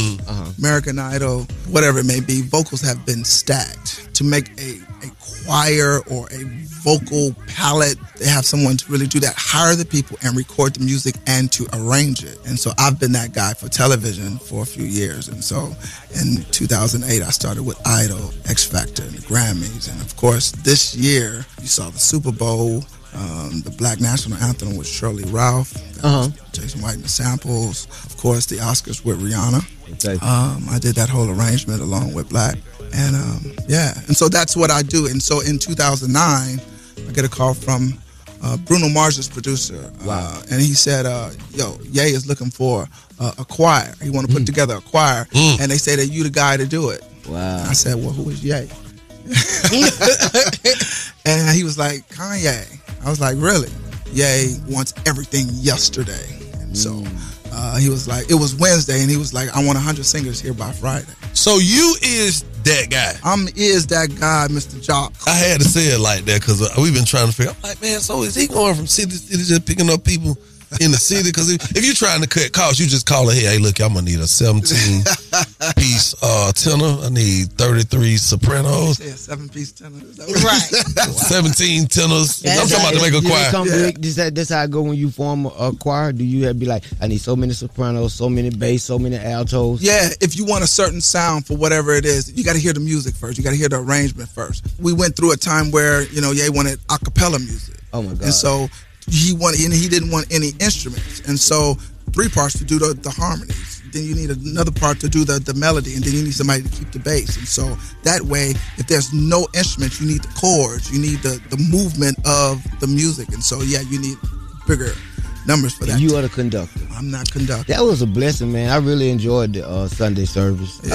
[SPEAKER 20] American Idol, whatever it may be, vocals have been stacked to make a, a choir or a vocal palette. They have someone to really do that, hire the people and record the music and to arrange it. And so I've been that guy for television for a few years. And so in 2008, I started with Idol, X Factor, and the Grammys. And of course, this year, you saw the Super Bowl. Um, the Black National Anthem with Shirley Ralph,
[SPEAKER 3] Uh huh.
[SPEAKER 20] Jason White and the Samples, of course, the Oscars with Rihanna.
[SPEAKER 3] Okay.
[SPEAKER 20] Um, I did that whole arrangement along with Black. And um, yeah, and so that's what I do. And so in 2009, I get a call from uh, Bruno Mars's producer. Uh, and he said, uh, Yo, Ye is looking for uh, a choir. He want to put together a choir. And they say that you the guy to do it. Wow. I said, Well, who is Ye? *laughs* and he was like, Kanye. I was like, Really? Ye wants everything yesterday. And so uh, he was like, it was Wednesday, and he was like, I want 100 singers here by Friday.
[SPEAKER 4] So you is that guy.
[SPEAKER 20] I'm is that guy, Mr. Jock.
[SPEAKER 4] I had to say it *laughs* like that because we've been trying to figure. I'm like, man, so is he going from city to city just picking up people in the city? Because if, if you're trying to cut costs, you just call it. Hey, look, I'm gonna need
[SPEAKER 20] *laughs*
[SPEAKER 4] a 17 piece uh, tenor. I need 33 sopranos.
[SPEAKER 20] Yeah, seven piece tenor.
[SPEAKER 4] *laughs*
[SPEAKER 7] Right.
[SPEAKER 4] 17 tenors.
[SPEAKER 3] That's
[SPEAKER 4] *laughs* I'm talking about
[SPEAKER 3] how-
[SPEAKER 4] to make a
[SPEAKER 3] did it
[SPEAKER 4] choir.
[SPEAKER 3] come- This, that- that's how I go when you form a, a choir. Do you have be like, I need so many sopranos, so many bass, so many altos?
[SPEAKER 20] Yeah, if you want a certain sound for whatever it is, you got to hear the music first. You got to hear the arrangement first. We went through a time where you know Ye wanted a cappella music.
[SPEAKER 3] Oh my god.
[SPEAKER 20] And so he wanted, and he didn't want any instruments. And so three parts to do the, the harmonies. Then you need another part to do the, the melody, and then you need somebody to keep the bass. And so that way, if there's no instruments, you need the chords, you need the, the movement of the music. And so, yeah, you need bigger numbers for that.
[SPEAKER 3] You are the conductor.
[SPEAKER 20] I'm not conducting.
[SPEAKER 3] That was a blessing, man. I really enjoyed the uh, Sunday service.
[SPEAKER 20] Yeah.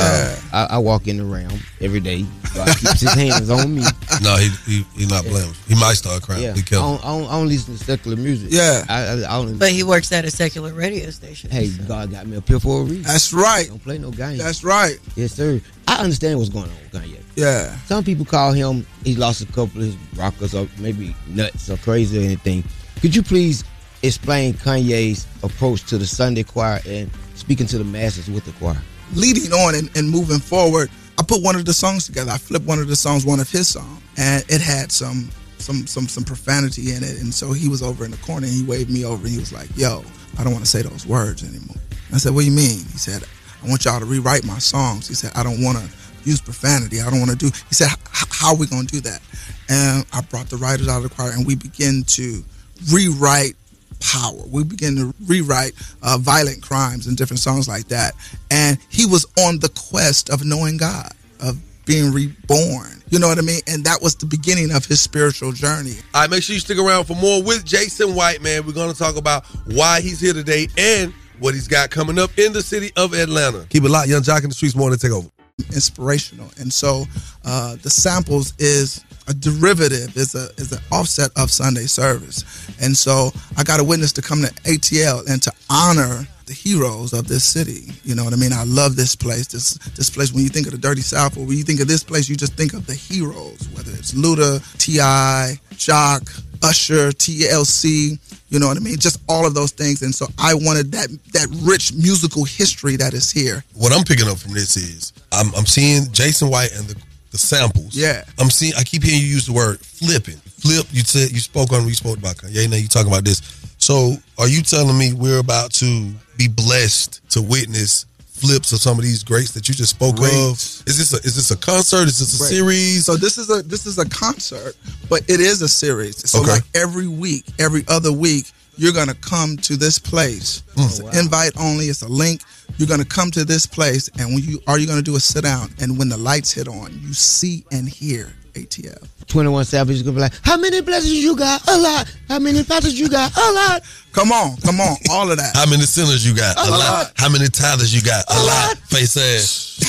[SPEAKER 3] Uh, I, I walk in the realm every day. God keeps his *laughs* hands on me.
[SPEAKER 4] No, he he, he not blameless. He might start crying.
[SPEAKER 3] Yeah.
[SPEAKER 4] Be
[SPEAKER 3] I
[SPEAKER 4] careful.
[SPEAKER 3] don't, I, don't, I don't listen to secular music.
[SPEAKER 20] Yeah.
[SPEAKER 3] I, I, I don't.
[SPEAKER 7] But he works at a secular radio station.
[SPEAKER 3] hey, God got me up here for a reason.
[SPEAKER 20] That's right.
[SPEAKER 3] Don't play no games.
[SPEAKER 20] That's right.
[SPEAKER 3] Yes, sir. I understand what's going on with Kanye.
[SPEAKER 20] Yeah.
[SPEAKER 3] Some people call him. He lost a couple of his rockers, or maybe nuts, or crazy, or anything. Could you please explain Kanye's approach to the Sunday choir and speaking to the masses with the choir?
[SPEAKER 20] leading on and, and moving forward, I put one of the songs together. I flipped one of the songs, one of his songs, and it had some some some some profanity in it. And so he was over in the corner and he waved me over and he was like, "Yo, I don't want to say those words anymore." I said, "What do you mean?" He said, "I want y'all to rewrite my songs." He said, "I don't want to use profanity. I don't want to do." He said, "H- "How are we going to do that?" And I brought the writers out of the choir and we began to rewrite power. We began to rewrite uh, violent crimes and different songs like that. And he was on the quest of knowing God, of being reborn. You know what I mean? And that was the beginning of his spiritual journey.
[SPEAKER 4] All right, make sure you stick around for more with Jason White, man. We're going to talk about why he's here today and what he's got coming up in the city of Atlanta. Keep it locked, Young Jock in the Streets morning take over.
[SPEAKER 20] inspirational. And so uh, the samples is a derivative, is a is an offset of Sunday service. And so I got a witness to come to ATL and to honor the heroes of this city. You know what I mean? I love this place. This this place when you think of the dirty south or when you think of this place, you just think of the heroes, whether it's Luda, TI, Jock, Usher, TLC, you know what I mean? Just all of those things. And so I wanted that that rich musical history that is here.
[SPEAKER 4] What I'm picking up from this is I'm, I'm seeing Jason White and the, the samples.
[SPEAKER 20] Yeah.
[SPEAKER 4] I'm seeing. I keep hearing you use the word flipping. Flip. You said you spoke on. You spoke about Kanye. Now you talking about this. So are you telling me we're about to be blessed to witness flips of some of these greats that you just spoke of? Is this a, is this a concert? Is this a
[SPEAKER 20] Right.
[SPEAKER 4] series?
[SPEAKER 20] So this is a this is a concert, but it is a series. So
[SPEAKER 4] Okay.
[SPEAKER 20] like every week, every other week, you're gonna come to this place.
[SPEAKER 4] Mm.
[SPEAKER 20] It's invite only. It's a link. You're gonna come to this place, and when you all you're gonna do is sit down, and when the lights hit on, you see and hear ATL.
[SPEAKER 3] 21 Savage is gonna be like, How many blessings you got? A lot. How many blessings you got? A lot.
[SPEAKER 20] Come on, come on, all of that.
[SPEAKER 4] How many sinners you got? A,
[SPEAKER 20] A
[SPEAKER 4] lot.
[SPEAKER 20] lot.
[SPEAKER 4] How many tithers you got? A, lot. Face ass.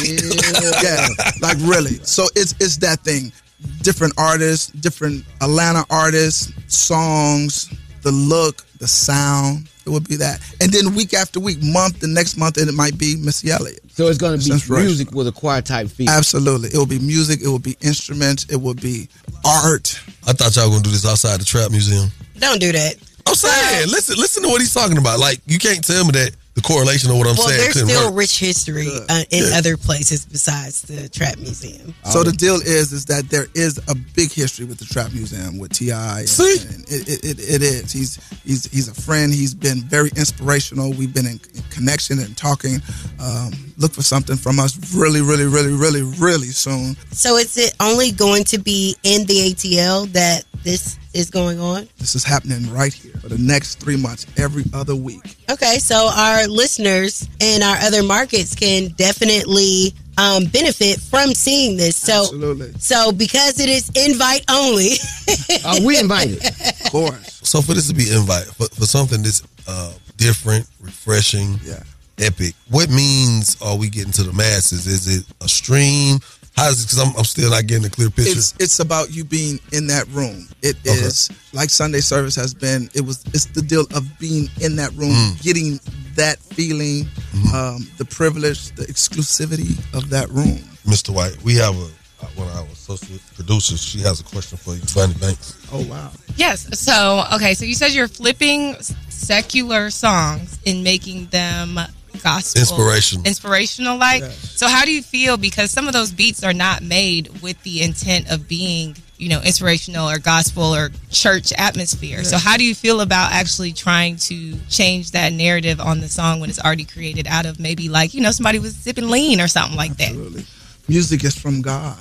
[SPEAKER 20] yeah, like really. So it's it's that thing. Different artists, different Atlanta artists, songs, the look, the sound. It would be that, and then week after week, month the next month, and it might be Missy Elliott.
[SPEAKER 3] So it's gonna be
[SPEAKER 20] inspirational.
[SPEAKER 3] music with a choir type feel.
[SPEAKER 20] Absolutely, it will be music. It will be instruments. It will be art.
[SPEAKER 4] I thought y'all were gonna do this outside the trap museum.
[SPEAKER 7] Don't do that.
[SPEAKER 4] I'm saying, listen, listen to what he's talking about. Like you can't tell me that the correlation of what I'm
[SPEAKER 7] well,
[SPEAKER 4] saying
[SPEAKER 7] there's
[SPEAKER 4] couldn't
[SPEAKER 7] still
[SPEAKER 4] work.
[SPEAKER 7] rich history uh, in
[SPEAKER 4] Yeah.
[SPEAKER 7] other places besides the Trap Museum.
[SPEAKER 20] So the deal is, is that there is a big history with the Trap Museum with Ti. and-
[SPEAKER 4] See?
[SPEAKER 20] and it, it, it, it is. He's he's he's a friend. He's been very inspirational. We've been in connection and talking. Um, look for something from us really, really, really, really, really soon.
[SPEAKER 7] So is it only going to be in the ATL that this is going on?
[SPEAKER 20] This is happening right here for the next three months, every other week.
[SPEAKER 7] Okay, so our listeners and our other markets can definitely um, benefit from seeing this. So,
[SPEAKER 20] Absolutely.
[SPEAKER 7] so because it is invite only,
[SPEAKER 3] are we
[SPEAKER 7] *laughs*
[SPEAKER 3] invited?
[SPEAKER 20] Of course.
[SPEAKER 4] So for this to be invite for, for something that's uh, different, refreshing,
[SPEAKER 20] yeah.
[SPEAKER 4] epic. What means are we getting to the masses? Is it a stream? How is it? Because I'm, I'm still not getting a clear picture.
[SPEAKER 20] It's it's about you being in that room. It is
[SPEAKER 4] Okay.
[SPEAKER 20] like Sunday service has been. It was it's the deal of being in that room,
[SPEAKER 4] Mm. Mm-hmm.
[SPEAKER 20] getting that feeling, um, the privilege, the exclusivity of that room.
[SPEAKER 4] Mr. White, we have a uh, one of our associate producers. She has a question for you, Fanny Banks.
[SPEAKER 20] Oh wow!
[SPEAKER 21] Yes. So, okay. So you said you're flipping s- secular songs and making them gospel,
[SPEAKER 4] Inspirational.
[SPEAKER 21] inspirational. Like, so how do you feel? Because some of those beats are not made with the intent of being, you know, inspirational or gospel or church atmosphere. So
[SPEAKER 22] Yeah.
[SPEAKER 21] how do you feel about actually trying to change that narrative on the song when it's already created out of maybe like you know somebody was zipping lean or something like that?
[SPEAKER 20] Music is from God.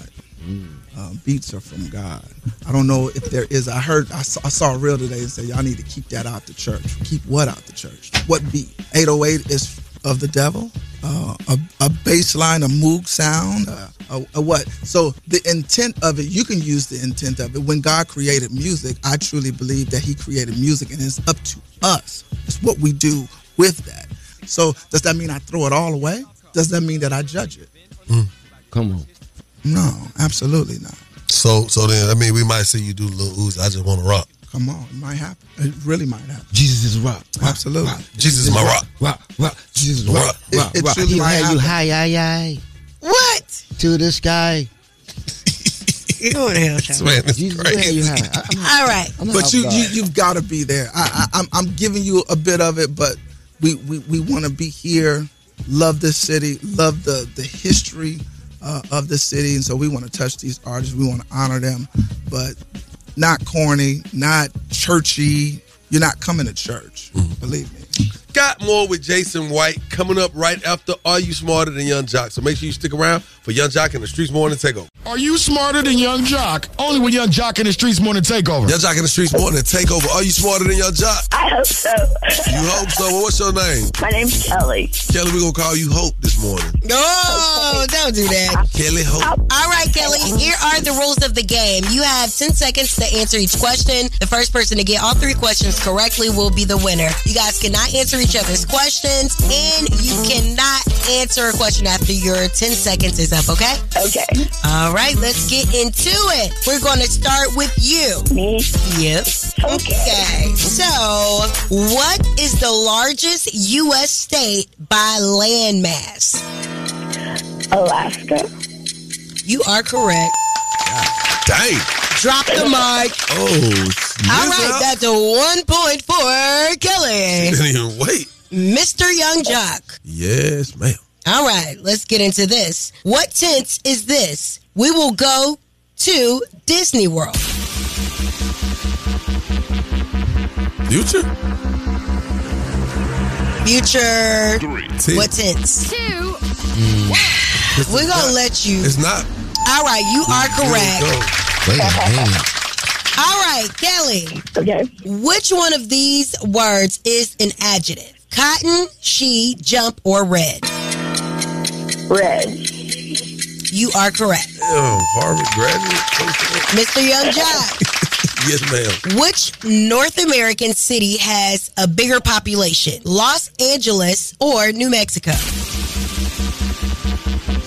[SPEAKER 20] Uh, beats are from God. I don't know if there is. I heard, I saw, I saw a reel today and said, y'all need to keep that out the church. Keep what out the church? What beat? 808 is of the devil. Uh, a, a bass line, a moog sound, uh, a, a what? So the intent of it, you can use the intent of it. When God created music, I truly believe that He created music, and it's up to us. It's what we do with that. So does that mean I throw it all away? Does that mean that I judge it?
[SPEAKER 3] Come on.
[SPEAKER 20] No, absolutely not.
[SPEAKER 4] So, so then I mean, we might see you do little ooze. I just want to rock.
[SPEAKER 20] Come on, it might happen. It really might happen.
[SPEAKER 3] Jesus is rock.
[SPEAKER 20] Absolutely.
[SPEAKER 4] Jesus is my rock.
[SPEAKER 3] Rock, rock. Jesus is
[SPEAKER 4] Rock,
[SPEAKER 3] rock.
[SPEAKER 4] rock,
[SPEAKER 3] Rock,
[SPEAKER 4] it
[SPEAKER 3] rock.
[SPEAKER 4] truly
[SPEAKER 3] He'll
[SPEAKER 4] might
[SPEAKER 3] have
[SPEAKER 4] happen.
[SPEAKER 3] you high, high, high.
[SPEAKER 7] What?
[SPEAKER 3] To the sky.
[SPEAKER 7] You're going to hell,
[SPEAKER 4] *laughs* Man, it's
[SPEAKER 3] crazy.
[SPEAKER 7] all right.
[SPEAKER 20] but you, you you've got to be there. I, I I'm I'm giving you a bit of it, but we we, we want to be here. Love this city. Love the the history uh, of the city, and so we want to touch these artists. We want to honor them, but not corny, not churchy. You're not coming to church.
[SPEAKER 4] Mm-hmm.
[SPEAKER 20] Believe me.
[SPEAKER 4] Got more with Jason White coming up right after Are You Smarter Than Young Jock? So make sure you stick around. for Young Jock in the Streets Morning Takeover.
[SPEAKER 1] Are you smarter than Young Jock? Only with Young Jock in the Streets Morning Takeover.
[SPEAKER 4] Young Jock in the Streets Morning Takeover. Are you smarter than Young Jock?
[SPEAKER 1] I hope so.
[SPEAKER 4] You hope so. Well, what's your name?
[SPEAKER 1] My name's Kelly.
[SPEAKER 4] Kelly, we're going to call you Hope this morning.
[SPEAKER 7] No, don't do that.
[SPEAKER 4] Kelly Hope.
[SPEAKER 7] All right, Kelly, here are the rules of the game. You have 10 seconds to answer each question. The first person to get all three questions correctly will be the winner. You guys cannot answer each other's questions, and you cannot answer a question after your 10 seconds is up, okay?
[SPEAKER 5] Okay.
[SPEAKER 7] All right, let's get into it. We're going to start with you.
[SPEAKER 5] Me?
[SPEAKER 7] Yep. Okay. So, what is the largest U.S. state by landmass? Alaska. You are correct.
[SPEAKER 1] Oh.
[SPEAKER 4] Dang.
[SPEAKER 7] Drop the mic.
[SPEAKER 4] Oh,
[SPEAKER 7] All right, that's a one point for
[SPEAKER 4] didn't *laughs*
[SPEAKER 7] Kelly.
[SPEAKER 4] even wait.
[SPEAKER 7] Mr. Young Jock.
[SPEAKER 4] Yes, ma'am.
[SPEAKER 7] All right, let's get into this. What tense is this? We will go to Disney World.
[SPEAKER 4] Future?
[SPEAKER 7] Future.
[SPEAKER 4] Tense.
[SPEAKER 7] What tense? Two. We're going to let you.
[SPEAKER 4] It's not.
[SPEAKER 7] All right, you are correct.
[SPEAKER 4] Wait
[SPEAKER 7] All right, Kelly. Okay. Which one of these words is an adjective? Cotton, she, jump, or red? Red. You are correct.
[SPEAKER 4] Damn, Harvard graduate.
[SPEAKER 7] Mr. Young Jock,
[SPEAKER 4] Yes, ma'am.
[SPEAKER 7] which North American city has a bigger population? Los Angeles or New Mexico?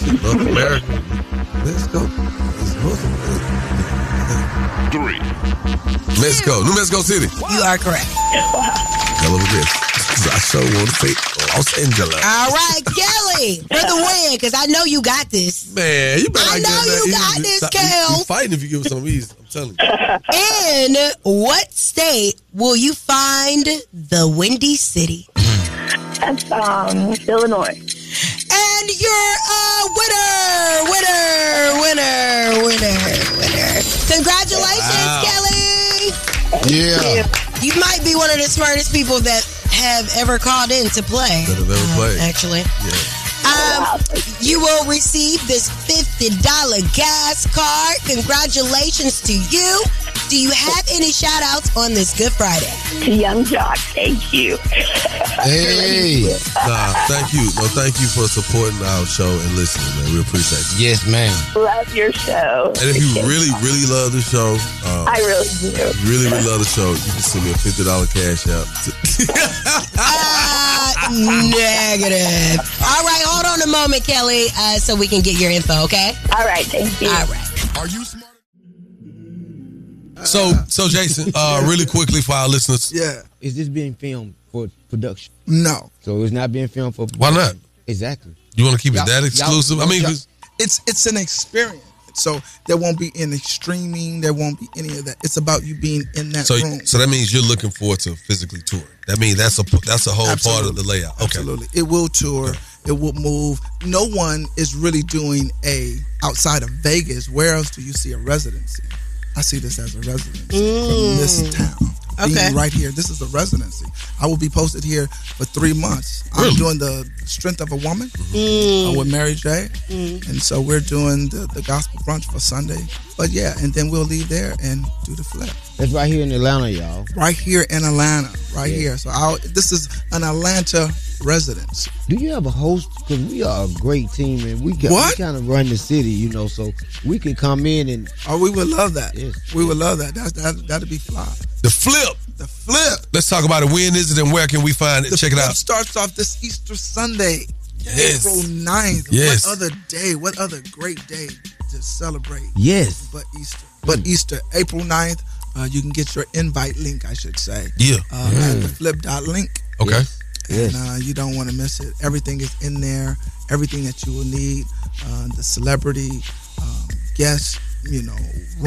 [SPEAKER 4] North America. Let's go. It's North America. Three. Mexico. New Mexico City.
[SPEAKER 7] You are correct.
[SPEAKER 4] Hell of a miss. I so want to say Los Angeles.
[SPEAKER 7] All right, Kelly, for the win, because I know you got this.
[SPEAKER 4] Man, you better
[SPEAKER 7] I
[SPEAKER 4] not
[SPEAKER 7] know
[SPEAKER 4] give
[SPEAKER 7] you
[SPEAKER 4] that.
[SPEAKER 7] got this,
[SPEAKER 4] you,
[SPEAKER 7] Kel.
[SPEAKER 4] You fighting if you give us some easy. I'm telling you.
[SPEAKER 7] In what state will you find the Windy City? That's um, Illinois. And you're a winner, winner, winner, winner, winner. Congratulations,
[SPEAKER 5] Wow.
[SPEAKER 7] Kelly.
[SPEAKER 5] Yeah.
[SPEAKER 7] You might be one of the smartest people that have ever called in to play.
[SPEAKER 4] That have ever played.
[SPEAKER 7] Actually.
[SPEAKER 4] Yeah.
[SPEAKER 7] Um, you will receive this $50 gas card. Congratulations to you. Do you have any shout outs on this Good Friday? To Young Jock, thank you.
[SPEAKER 4] Hey. Nah, thank you. No, thank you for supporting our show and listening, man. We appreciate it. Yes, ma'am.
[SPEAKER 5] Love your show.
[SPEAKER 4] And if you really, really love the show, um,
[SPEAKER 5] I really do.
[SPEAKER 4] if you really, really love the show, you can send me a fifty dollar cash out. To,
[SPEAKER 7] Ah, Negative. All right, hold on a moment, Kelly, uh, so we can get your info, okay? All right, thank you. All right.
[SPEAKER 4] Are you so, so Jason, uh, really quickly for our listeners.
[SPEAKER 20] Yeah.
[SPEAKER 3] Is this being filmed for production?
[SPEAKER 20] No.
[SPEAKER 3] So it's not being filmed for.
[SPEAKER 4] Why not?
[SPEAKER 3] Exactly.
[SPEAKER 4] You want to keep
[SPEAKER 20] Y'all-
[SPEAKER 4] it that
[SPEAKER 20] y'all-
[SPEAKER 4] exclusive? I mean,
[SPEAKER 20] y'all-
[SPEAKER 4] 'cause-
[SPEAKER 20] it's it's an experience. So there won't be any streaming. There won't be any of that. It's about you being in that
[SPEAKER 4] so,
[SPEAKER 20] room.
[SPEAKER 4] so that means you're looking forward to physically touring. That means that's a that's a whole part of the layout. Okay.
[SPEAKER 20] Absolutely. It will tour. It will move. No one is really doing a outside of Vegas. Where else do you see a residency? I see this as a residency from this town.
[SPEAKER 7] Okay.
[SPEAKER 20] Being right here. This is a residency. I will be posted here for three months. I'm doing the strength of a woman
[SPEAKER 3] Mm.
[SPEAKER 6] Mm.
[SPEAKER 4] Oh,
[SPEAKER 20] uh, with Mary J. And so we're doing the, the gospel brunch for Sunday. But yeah, and then we'll leave there and do the flip
[SPEAKER 3] That's right here in Atlanta, y'all.
[SPEAKER 20] right here in Atlanta, right
[SPEAKER 3] Yeah.
[SPEAKER 20] here. So I'll, this is an Atlanta residence.
[SPEAKER 3] Do you have a host? Because we are a great team and we, ca-
[SPEAKER 20] What?
[SPEAKER 3] we kind of run the city, you know, so we could come in and.
[SPEAKER 20] Oh, we would love that. We would love that. That that that'd be fly.
[SPEAKER 4] The flip.
[SPEAKER 20] The flip.
[SPEAKER 4] Let's talk about it. When is it and where can we find it?
[SPEAKER 20] The
[SPEAKER 4] Check it
[SPEAKER 20] flip
[SPEAKER 4] out.
[SPEAKER 20] Starts off this Easter Sunday,
[SPEAKER 4] Yes.
[SPEAKER 20] April 9th.
[SPEAKER 4] Yes.
[SPEAKER 20] What other day? What other great day to celebrate?
[SPEAKER 3] Yes.
[SPEAKER 20] But Easter. But
[SPEAKER 4] Mm.
[SPEAKER 20] Easter, April 9th. Uh, you can get your invite link, I should say.
[SPEAKER 4] Yeah.
[SPEAKER 20] Uh,
[SPEAKER 4] Mm.
[SPEAKER 20] At the flip dot link.
[SPEAKER 4] Okay.
[SPEAKER 20] and uh, you don't want to miss it. Everything is in there. Everything that you will need, uh, the celebrity, um, guests, you know,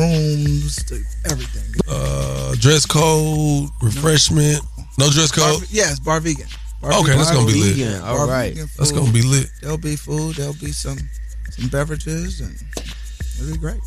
[SPEAKER 20] rooms, the, everything.
[SPEAKER 4] Uh, dress code, refreshment. No dress code.
[SPEAKER 20] Bar, yes, bar vegan. Bar
[SPEAKER 4] Okay, that's gonna be lit.
[SPEAKER 20] vegan,
[SPEAKER 4] All
[SPEAKER 20] bar
[SPEAKER 4] right.
[SPEAKER 20] vegan
[SPEAKER 4] That's
[SPEAKER 20] food.
[SPEAKER 4] gonna be lit.
[SPEAKER 20] There'll be food. There'll be some some beverages, and it'll be great.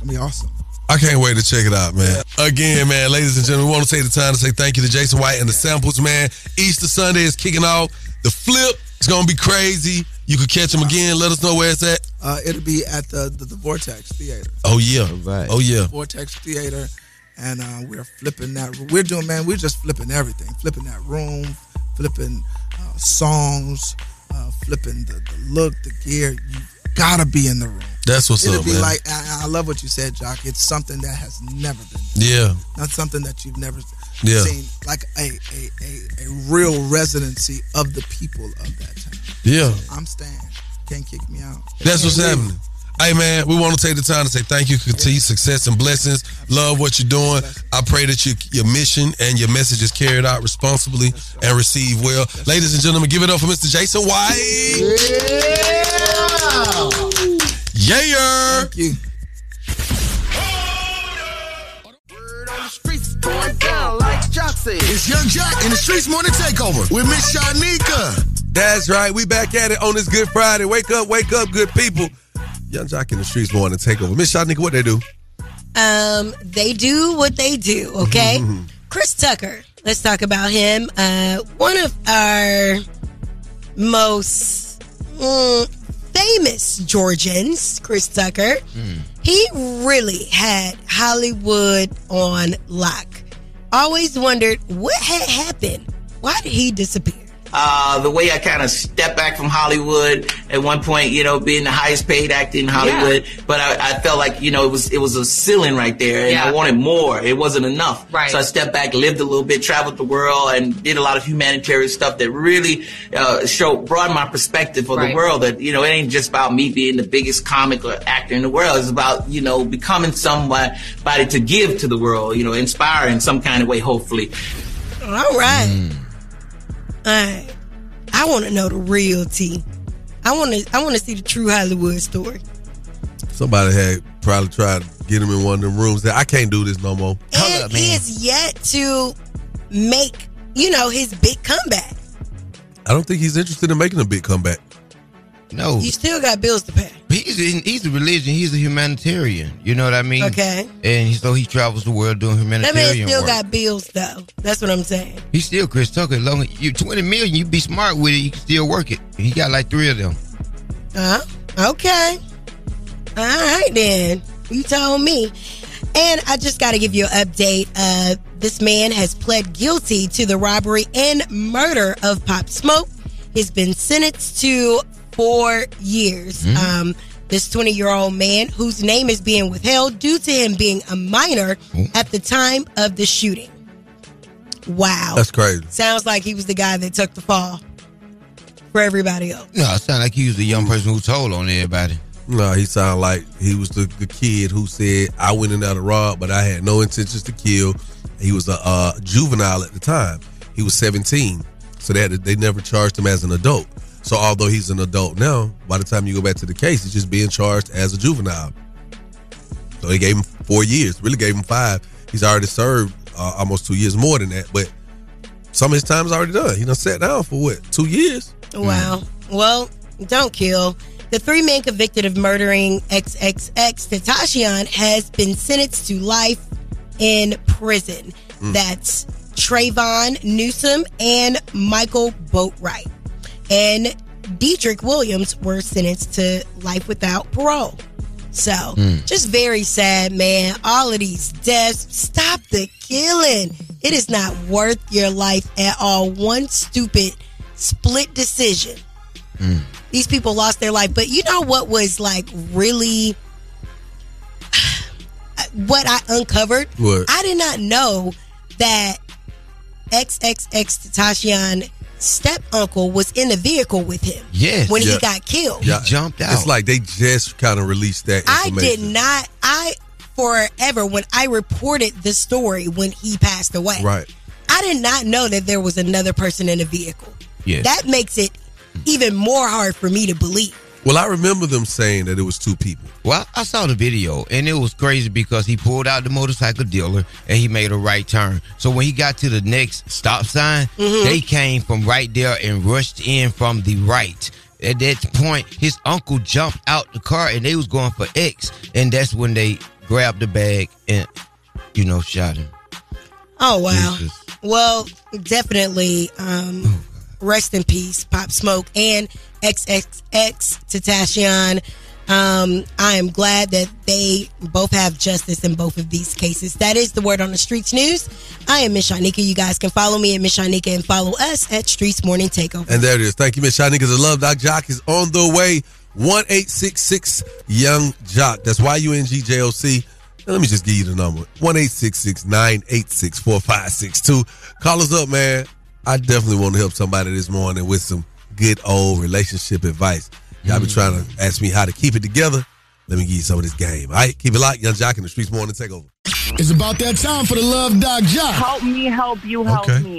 [SPEAKER 20] It'll be awesome.
[SPEAKER 4] I can't wait to check it out, man. Again, man, ladies and gentlemen, we want to take the time to say thank you to Jason White and the samples, man. Easter Sunday is kicking off. The flip is going to be crazy. You can catch him again. Let us know where it's at.
[SPEAKER 20] Uh, it'll be at the, the, the Vortex Theater.
[SPEAKER 22] Oh yeah. Oh yeah.
[SPEAKER 20] Vortex Theater, and uh, we're flipping that. We're doing, man. We're just flipping everything. Flipping that room, flipping uh, songs, uh, flipping the, the look, the gear. You gotta be in the room.
[SPEAKER 22] That's what's
[SPEAKER 20] It'll
[SPEAKER 22] up,
[SPEAKER 20] be
[SPEAKER 22] man.
[SPEAKER 20] like I, I love what you said, Jock. It's something that has never been,
[SPEAKER 22] yeah.
[SPEAKER 20] not something that you've never
[SPEAKER 22] Yeah.
[SPEAKER 20] seen, like a a, a a real residency of the people of that time.
[SPEAKER 22] Yeah.
[SPEAKER 20] I'm staying. Can't kick me out.
[SPEAKER 22] That's what's
[SPEAKER 20] Can't leave.
[SPEAKER 22] happening. Hey man, we want to take the time to say thank you, continued success and blessings. Love what you're doing. I pray that you, your mission and your message is carried out responsibly and received well. Ladies and gentlemen, give it up for Mr. Jason White. Yeah. Yeah. Thank
[SPEAKER 20] you.
[SPEAKER 1] Going down like It's Young Jock in the Streets Morning Takeover with Miss Shanika.
[SPEAKER 4] That's right. We back at it on this Good Friday. Wake up, wake up, good people. Young Jock in the streets wanting to take over. Miss Shanika, what they do?
[SPEAKER 7] Um, they do what they do, okay? Chris Tucker, let's talk about him. Uh, one of our most mm, famous Georgians, Chris Tucker. He really had Hollywood on lock. Always wondered what had happened. Why did he disappear?
[SPEAKER 8] uh, the way I kind of stepped back from Hollywood at one point, you know, being the highest paid actor in Hollywood, but I, I felt like, you know, it was, it was a ceiling right there and I
[SPEAKER 23] Yeah.
[SPEAKER 8] wanted more. It wasn't enough.
[SPEAKER 23] Right.
[SPEAKER 8] So I stepped back, lived a little bit, traveled the world and did a lot of humanitarian stuff that really, uh, showed, broadened my perspective of
[SPEAKER 23] Right.
[SPEAKER 8] the world that, you know, it ain't just about me being the biggest comic or actor in the world. It's about, you know, becoming somebody to give to the world, you know, inspire in some kind of way, hopefully.
[SPEAKER 7] All right. All right. I want to know the real tea. I want to. I want to see the true Hollywood story.
[SPEAKER 4] Somebody had probably tried to get him in one of them rooms. That I can't do this no more.
[SPEAKER 7] and he is yet to make you know his big comeback.
[SPEAKER 4] I don't think he's interested in making a big comeback.
[SPEAKER 3] No.
[SPEAKER 7] You still got bills to pay.
[SPEAKER 3] He's in, he's a religion. He's a humanitarian. You know what I mean?
[SPEAKER 7] Okay.
[SPEAKER 3] And so he travels the world doing
[SPEAKER 7] That
[SPEAKER 3] humanitarian
[SPEAKER 7] man still
[SPEAKER 3] work.
[SPEAKER 7] got bills though. That's what I'm saying.
[SPEAKER 3] He's still Chris Tucker. As long as you twenty million, you be smart with it. You can still work it. He got like three of them.
[SPEAKER 7] Uh Okay. All right then. You told me. And I just got to give you an update. Uh, this man has pled guilty to the robbery and murder of Pop Smoke. He's been sentenced to four years.
[SPEAKER 24] Mm.
[SPEAKER 7] Um, this 20 year old man, whose name is being withheld due to him being a minor at the time of the shooting. Wow.
[SPEAKER 4] That's crazy.
[SPEAKER 7] Sounds like he was the guy that took the fall for everybody else.
[SPEAKER 3] No, it sound like he was a young person who told on everybody.
[SPEAKER 4] No, he sounded like he was the, the kid who said, I went in there to rob, but I had no intentions to kill. He was a uh, juvenile at the time. He was 17. So they, had to, they never charged him as an adult. So although he's an adult now, by the time you go back to the case, he's just being charged as a juvenile. So they gave him four years, really gave him five. He's already served uh, almost two years more than that, but some of his time's already done. He done sat down for what, two years?
[SPEAKER 7] Wow. Well, don't kill. The three men convicted of murdering XXX Tatashian has been sentenced to life in prison.
[SPEAKER 25] Mm.
[SPEAKER 7] That's Trayvon Newsom and Michael Boatwright. And Dietrich Williams were sentenced to life without parole. So,
[SPEAKER 26] Mm.
[SPEAKER 7] just very sad, man. All of these deaths. Stop the killing. It is not worth your life at all. One stupid split decision. These people lost their life. But you know what was like really *sighs* what I uncovered?
[SPEAKER 25] What?
[SPEAKER 7] I did not know that XXX Tatashian step uncle was in the vehicle with him. When
[SPEAKER 4] Yeah.
[SPEAKER 7] he got killed.
[SPEAKER 4] Yeah. It's like they just kind of released that
[SPEAKER 7] I
[SPEAKER 4] information.
[SPEAKER 7] did not I forever when I reported the story when he passed away.
[SPEAKER 4] Right.
[SPEAKER 7] I did not know that there was another person in the vehicle.
[SPEAKER 4] Yes.
[SPEAKER 7] That makes it even more hard for me to believe.
[SPEAKER 4] Well, I remember them saying that it was two people.
[SPEAKER 3] Well, I saw the video and it was crazy because he pulled out the motorcycle dealer and he made a right turn. So when he got to the next stop sign,
[SPEAKER 4] Mm-hmm.
[SPEAKER 25] Mhm.
[SPEAKER 3] they came from right there and rushed in from the right. At that point, his uncle jumped out the car and they was going for X, and that's when they grabbed the bag and you know shot him.
[SPEAKER 7] Oh wow.
[SPEAKER 3] Jesus.
[SPEAKER 7] Well, definitely.
[SPEAKER 4] Oh,
[SPEAKER 7] Um, rest in peace, Pop Smoke and XXX Tatashian. Um, I am glad that they both have justice in both of these cases. That is the word on the streets news. I am Miss Shanika. You guys can follow me at Miss Shanika and follow us at Streets Morning Takeover.
[SPEAKER 27] And there it is. Thank you, Miss Shy Niggas of Love. Doc Jock is on the way. One eight six six Young Jock. That's Y U N G J O C. Now, Let me just give you the number. One eight six six nine eight six four five six two. Call us up, man. I definitely want to help somebody this morning with some good old relationship advice. Y'all been trying to ask me how to keep it together. Let me give you some of this game. All right, keep it locked. Young Jock in the streets morning takeover.
[SPEAKER 1] It's about that time for the Love Doc Jock.
[SPEAKER 28] Help me, help you,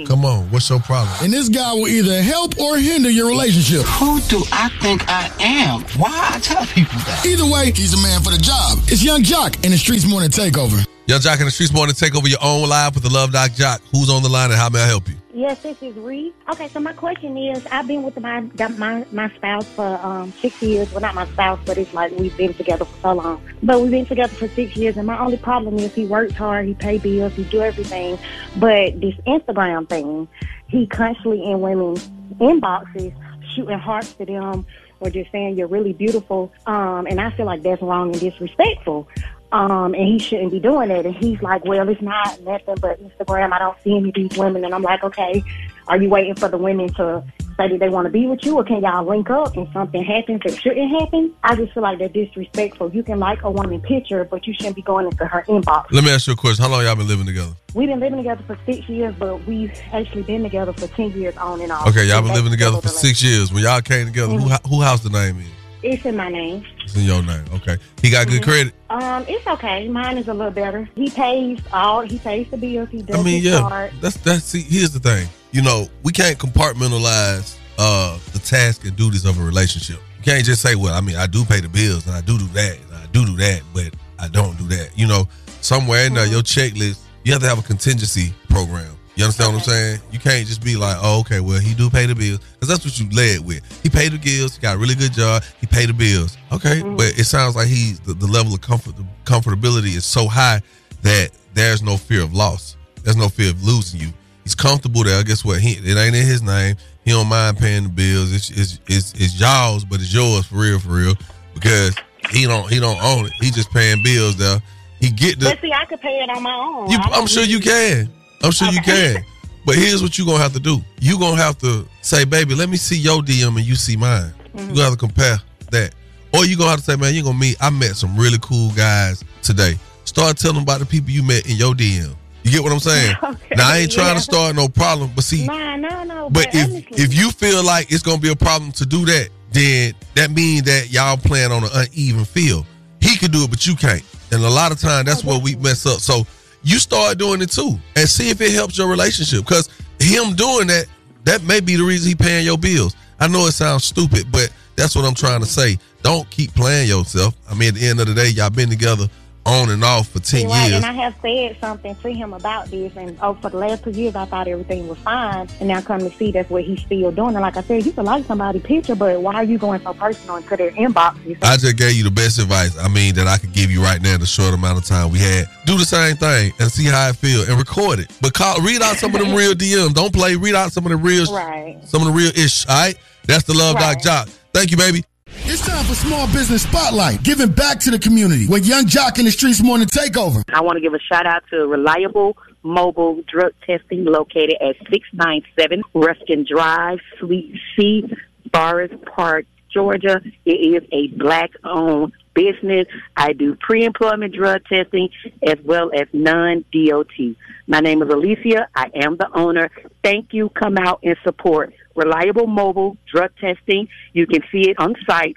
[SPEAKER 4] come on. What's your problem?
[SPEAKER 1] And this guy will either help or hinder your relationship.
[SPEAKER 29] Who do I think I am? Why I tell people that?
[SPEAKER 1] Either way, he's a man for the job. It's Young Jock and the Streets Morning Takeover.
[SPEAKER 4] Young Jock in the streets morning take over your own live with the Love Doc Jock. Who's on the line and how may I help you?
[SPEAKER 30] Yes, this is Reed. Okay, so my question is, I've been with my my my spouse for um, six years. Well, not my spouse, but it's like we've been together for so long. But we've been together for six years, and my only problem is he works hard, he pay bills, he do everything, but this Instagram thing, he constantly in women's inboxes shooting hearts to them or just saying you're really beautiful. Um, and I feel like that's wrong and disrespectful. Um, and he shouldn't be doing it. And he's like, well, it's not nothing but Instagram. I don't see any of these women. And I'm like, okay, are you waiting for the women to say that they want to be with you or can y'all link up and something happens that shouldn't happen? I just feel like they're disrespectful. You can like a woman picture, but you shouldn't be going into her inbox.
[SPEAKER 4] Let me ask you a question. How long y'all been living together?
[SPEAKER 30] We've been living together for six years, but we've actually been together for 10 years on and off.
[SPEAKER 4] Okay, y'all been
[SPEAKER 30] That's
[SPEAKER 4] living together for
[SPEAKER 30] still the
[SPEAKER 4] six years. When y'all came together, who, who house the name in?
[SPEAKER 30] relationship. It's in my name.
[SPEAKER 4] It's in your name. Okay. He got good
[SPEAKER 30] Mhm.
[SPEAKER 4] credit.
[SPEAKER 30] Um, it's okay. Mine is a little better. He pays all. He pays the bills. He does
[SPEAKER 4] I mean,
[SPEAKER 30] his
[SPEAKER 4] yeah.
[SPEAKER 30] part.
[SPEAKER 4] That's that's see, here's the thing. You know, we can't compartmentalize uh the task and duties of a relationship. You can't just say, Well, I mean, I do pay the bills and I do do that and I do do that, but I don't do that. You know, somewhere in there, your checklist, you have to have a contingency program. You understand what I'm saying? You can't just be like, oh, okay, well, he do pay the bills. Because that's what you led with. He paid the bills. He got a really good job. He paid the bills. Okay. But it sounds like he's the, the level of comfort comfortability is so high that there's no fear of loss. There's no fear of losing you. He's comfortable there. Guess what? He it ain't in his name. He don't mind paying the bills. It's it's it's, it's y'all's, but it's yours for real, for real. Because he don't he don't own it. He just paying bills there. He get the
[SPEAKER 30] but see, I could pay it on my own.
[SPEAKER 4] you,
[SPEAKER 30] I don't
[SPEAKER 4] I'm sure you
[SPEAKER 30] need-
[SPEAKER 4] can. I'm sure you can. But here's what you're gonna have to do. You're gonna have to say, baby, let me see your DM and you see mine.
[SPEAKER 30] Mm-hmm.
[SPEAKER 4] You're gonna have to compare that. Or you're gonna have to say, man, you're gonna meet I met some really cool guys today. Start telling them about the people you met in your DM. You get what
[SPEAKER 30] *laughs*
[SPEAKER 4] I'm saying? now I ain't trying
[SPEAKER 30] yeah.
[SPEAKER 4] to start no problem, but see
[SPEAKER 30] Nah, no, no.
[SPEAKER 4] but
[SPEAKER 30] But,
[SPEAKER 4] if
[SPEAKER 30] honestly,
[SPEAKER 4] if you feel like it's gonna be a problem to do that, then that means that y'all playing on an uneven field. He could do it, but you can't. And a lot of
[SPEAKER 30] Oh,
[SPEAKER 4] time, that's where we mess up. So you start doing it too, and see if it helps your relationship. Because him doing that, that may be the reason he paying your bills. I know it sounds stupid, but that's what I'm trying to say. Don't keep playing yourself. I mean, at the end of the day, y'all been together on and off for ten
[SPEAKER 30] right,
[SPEAKER 4] years.
[SPEAKER 30] and I have said something to him about this, and oh, for the last two years, I thought everything was fine, and now come to see that's what he's still doing. And like I said, you can like somebody's picture, but why are you going so personal into their inboxes?
[SPEAKER 4] I just gave you the best advice. I mean that I could give you right now in the short amount of time we had. Do the same thing and see how it feel and record it. But call, read out some of
[SPEAKER 7] *laughs*
[SPEAKER 4] them real DMs. Don't play. Read out some of the real,
[SPEAKER 1] Right.
[SPEAKER 4] some of the real ish. All right. That's the love
[SPEAKER 1] Right.
[SPEAKER 4] doc jock. Thank you, baby.
[SPEAKER 1] It's time for Small Business Spotlight, giving back to the community with Young Jock and the Streets Morning Takeover.
[SPEAKER 23] I want to give a shout out to Reliable Mobile Drug Testing located at 697 Ruskin Drive, Suite C, Forest Park, Georgia. It is a black owned business. I do pre employment drug testing as well as non DOT. My name is Alicia. I am the owner. Thank you. Come out and support Reliable Mobile Drug Testing. You can see it on site,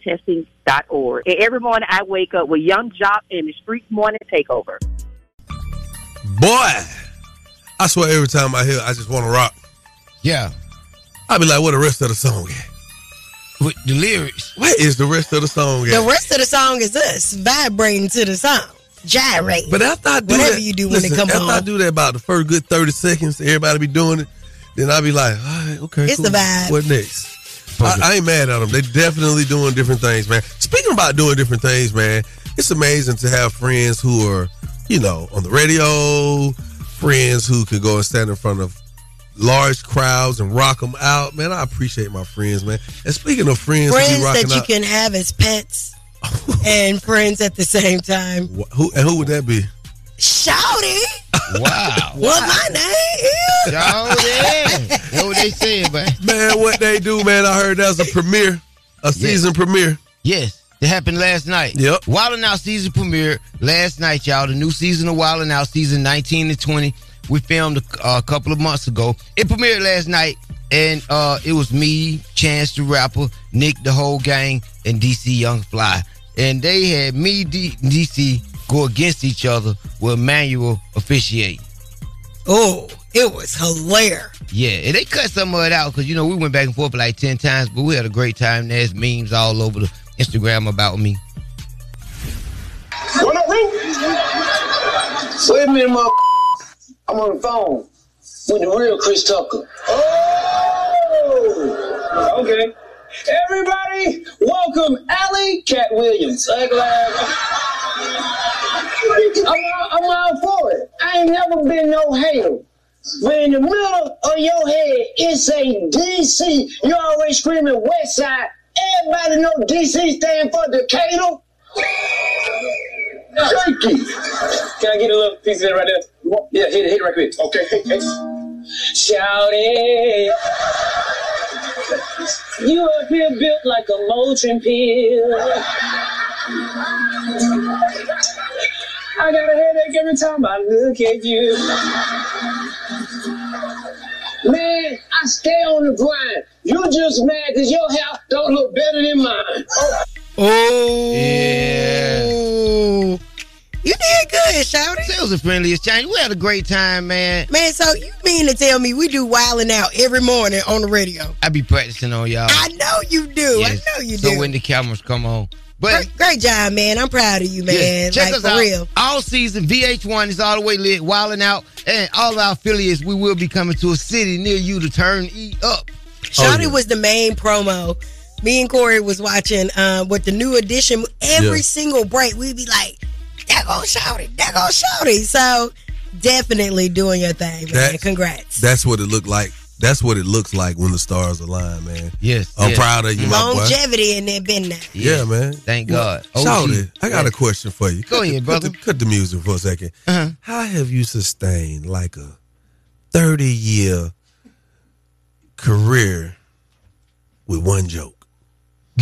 [SPEAKER 23] reliabledrugtesting.org. And every morning I wake up with Young Jock and the Street Morning Takeover.
[SPEAKER 4] Boy, I swear every time I hear, I just want to rock. Yeah. I be like, what the rest of the song? With the lyrics. What is the rest of the song? at?
[SPEAKER 7] The rest of the song is us vibrating to the song, gyrate.
[SPEAKER 4] But after I do
[SPEAKER 7] whatever
[SPEAKER 4] that,
[SPEAKER 7] you do
[SPEAKER 4] listen,
[SPEAKER 7] when it comes
[SPEAKER 4] after I
[SPEAKER 7] on,
[SPEAKER 4] do that about the first good thirty seconds, everybody be doing it. Then I be like, all right, okay,
[SPEAKER 7] It's
[SPEAKER 4] cool.
[SPEAKER 7] the vibe.
[SPEAKER 4] What next? I, I ain't mad at them. They definitely doing different things, man. Speaking about doing different things, man, it's amazing to have friends who are, you know, on the radio, friends who could go and stand in front of large crowds and rock them out, man. I appreciate my friends, man. And speaking of friends, to
[SPEAKER 7] friends
[SPEAKER 4] be rocking
[SPEAKER 7] that you
[SPEAKER 4] out,
[SPEAKER 7] can have as pets and friends at the same time.
[SPEAKER 4] wh- who and who would that be?
[SPEAKER 7] Shouty,
[SPEAKER 4] *laughs* Wow.
[SPEAKER 7] what my name is?
[SPEAKER 4] That's *laughs* what they said, man. Man, what they do, man. I heard that's a premiere, a season premiere.
[SPEAKER 3] Yes, it happened last night.
[SPEAKER 4] Yep.
[SPEAKER 3] Wildin' Out season premiere last night, y'all. The new season of Wildin' Out, season 19 to 20. We filmed a, a couple of months ago. It premiered last night, and uh, it was me, Chance the Rapper, Nick the whole gang, and DC Young Fly. And they had me, D- DC, go against each other with Emmanuel officiating.
[SPEAKER 7] Oh, it was hilarious.
[SPEAKER 3] Yeah, and they cut some of it out because you know we went back and forth like ten times, but we had a great time. There's memes all over the Instagram about me.
[SPEAKER 6] What up, Rick? So wait a minute, mother. *laughs* I'm on the phone with the real Chris Tucker. Oh! Okay. Everybody, welcome Allie Cat Williams. Act like- I'm, all- I'm all for it. I ain't never been no hater. But in the middle of your head, it's a DC. You always screaming West Side. Everybody know DC stand for Decatur. Shaky. Can I get a little piece of it right there? Yeah, hit it, hit it right quick. Okay. Shout it. You up here built like a molten pill. I got a headache every time I look at you. Man, I stay on the grind. You just mad because your hair don't look better than mine.
[SPEAKER 3] Oh, yeah. You did good, Shouty. It was the friendliest change. We had a great time, man.
[SPEAKER 7] Man, so you mean to tell me we do wilding out every morning on the radio?
[SPEAKER 3] I be practicing on y'all.
[SPEAKER 7] I know you do.
[SPEAKER 3] Yes.
[SPEAKER 7] I know you
[SPEAKER 3] so
[SPEAKER 7] do.
[SPEAKER 3] when the cameras come on, but
[SPEAKER 7] great, great job, man. I'm proud of you, man.
[SPEAKER 3] Yeah, check
[SPEAKER 7] like
[SPEAKER 3] us
[SPEAKER 7] for
[SPEAKER 3] out.
[SPEAKER 7] real.
[SPEAKER 3] All season VH1 is all the way lit, wilding out, and all our affiliates. We will be coming to a city near you to turn E up.
[SPEAKER 4] Oh,
[SPEAKER 7] Shawty was the main promo. Me and Corey was watching um, with the new edition. Every
[SPEAKER 3] Yeah.
[SPEAKER 7] single break, we'd be like, "That go Shawty, that go Shawty." So definitely doing your thing, man.
[SPEAKER 4] That-
[SPEAKER 7] Congrats.
[SPEAKER 4] That's what it looked like. That's what it looks like when the stars align, man.
[SPEAKER 3] Yes,
[SPEAKER 4] I'm
[SPEAKER 3] yes.
[SPEAKER 4] proud of you, my boy.
[SPEAKER 7] Longevity in that been that.
[SPEAKER 4] Yeah, man.
[SPEAKER 3] Thank
[SPEAKER 4] Well,
[SPEAKER 3] God. OG.
[SPEAKER 4] Shawty, I got a question for you.
[SPEAKER 3] Go
[SPEAKER 4] Cut
[SPEAKER 3] ahead,
[SPEAKER 4] the-
[SPEAKER 3] brother.
[SPEAKER 4] Cut the, cut the music for a second.
[SPEAKER 3] Uh-huh.
[SPEAKER 4] How have you sustained like a 30 year career with one joke?
[SPEAKER 3] *laughs*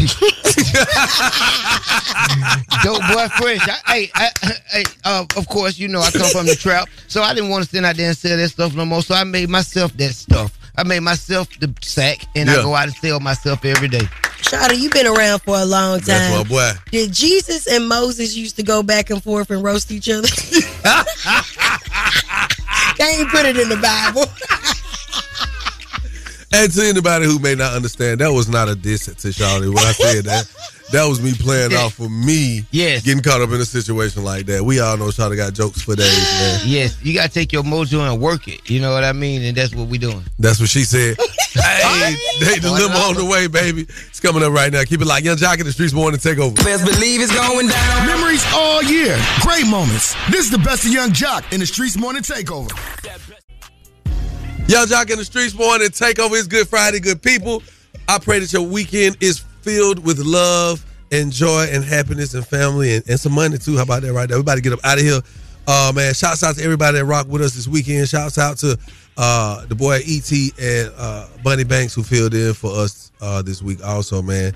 [SPEAKER 3] Dope boy fresh. I, I, *laughs* I, I, uh, of course, you know I come
[SPEAKER 7] *laughs*
[SPEAKER 3] from the trap, so I didn't want to stand out there and sell that stuff no more. So I made myself that stuff. I made myself the sack, and I
[SPEAKER 7] Yeah.
[SPEAKER 3] go out and sell myself every day.
[SPEAKER 7] Shawty, you've been around for a long time.
[SPEAKER 3] That's my boy.
[SPEAKER 7] Did Jesus and Moses used to go back and forth and roast each other? *laughs* they ain't put it in the Bible.
[SPEAKER 4] And to anybody who may not understand, that was not a diss to Shawty when I said that. That was me playing out for me
[SPEAKER 3] yes.
[SPEAKER 4] getting caught up in a situation like that. We all know Shawty got jokes for days, man.
[SPEAKER 3] Yes, you gotta take your mojo and work it. You know what I mean, and that's what we doing.
[SPEAKER 4] That's what she said. hey, they deliver on the way, baby. It's coming up right now. Keep it like Young Jock in the streets morning take over.
[SPEAKER 1] Best believe it's going down. Memories all year. Great moments. This is the best of Young Jock in the Streets Morning Takeover.
[SPEAKER 4] Young Jock in the streets morning take over. It's Good Friday, good people. I pray that your weekend is filled with love and joy and happiness and family and, and some money too. How about that right there? We about to get up out of here. Uh man, shouts out to everybody that rocked with us this weekend. Shouts out to uh the boy ET and uh Bunny Banks who filled in for us uh this week also, man.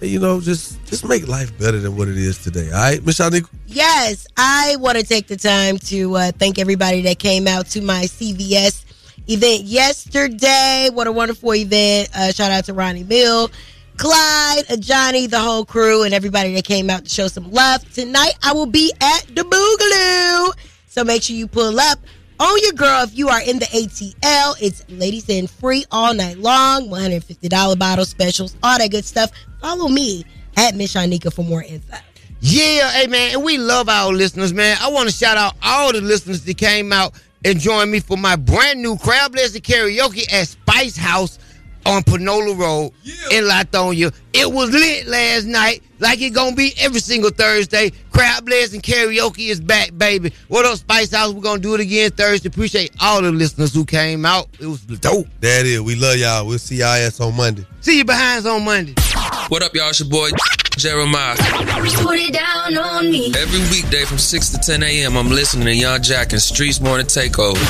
[SPEAKER 4] And, you know, just just make life better than what it is today. All right, Michelle Nick.
[SPEAKER 7] Yes, I want to take the time to uh, thank everybody that came out to my CVS event yesterday. What a wonderful event. Uh, shout out to Ronnie Mill, Clyde, uh, Johnny, the whole crew, and everybody that came out to show some love. Tonight, I will be at the Boogaloo. So make sure you pull up on your girl if you are in the ATL. It's ladies and free all night long, $150 bottle specials, all that good stuff. Follow me at Miss Shanika for more info.
[SPEAKER 3] Yeah, hey man, and we love our listeners, man. I want to shout out all the listeners that came out and joined me for my brand new crab legs and karaoke at Spice House on Panola Road in Latonia. It was lit last night, like it gonna be every single Thursday. Crowd blast and karaoke is back, baby. What up, Spice House? We're gonna do it again Thursday. Appreciate all the listeners who came out. It was dope.
[SPEAKER 31] That is. We love y'all. We'll see y'all ass on Monday.
[SPEAKER 3] See you behinds on Monday.
[SPEAKER 4] What up, y'all? It's your boy Jeremiah.
[SPEAKER 32] Put it down on me.
[SPEAKER 4] Every weekday from 6 to 10 a.m., I'm listening to Young Jack and Streets Morning Takeover.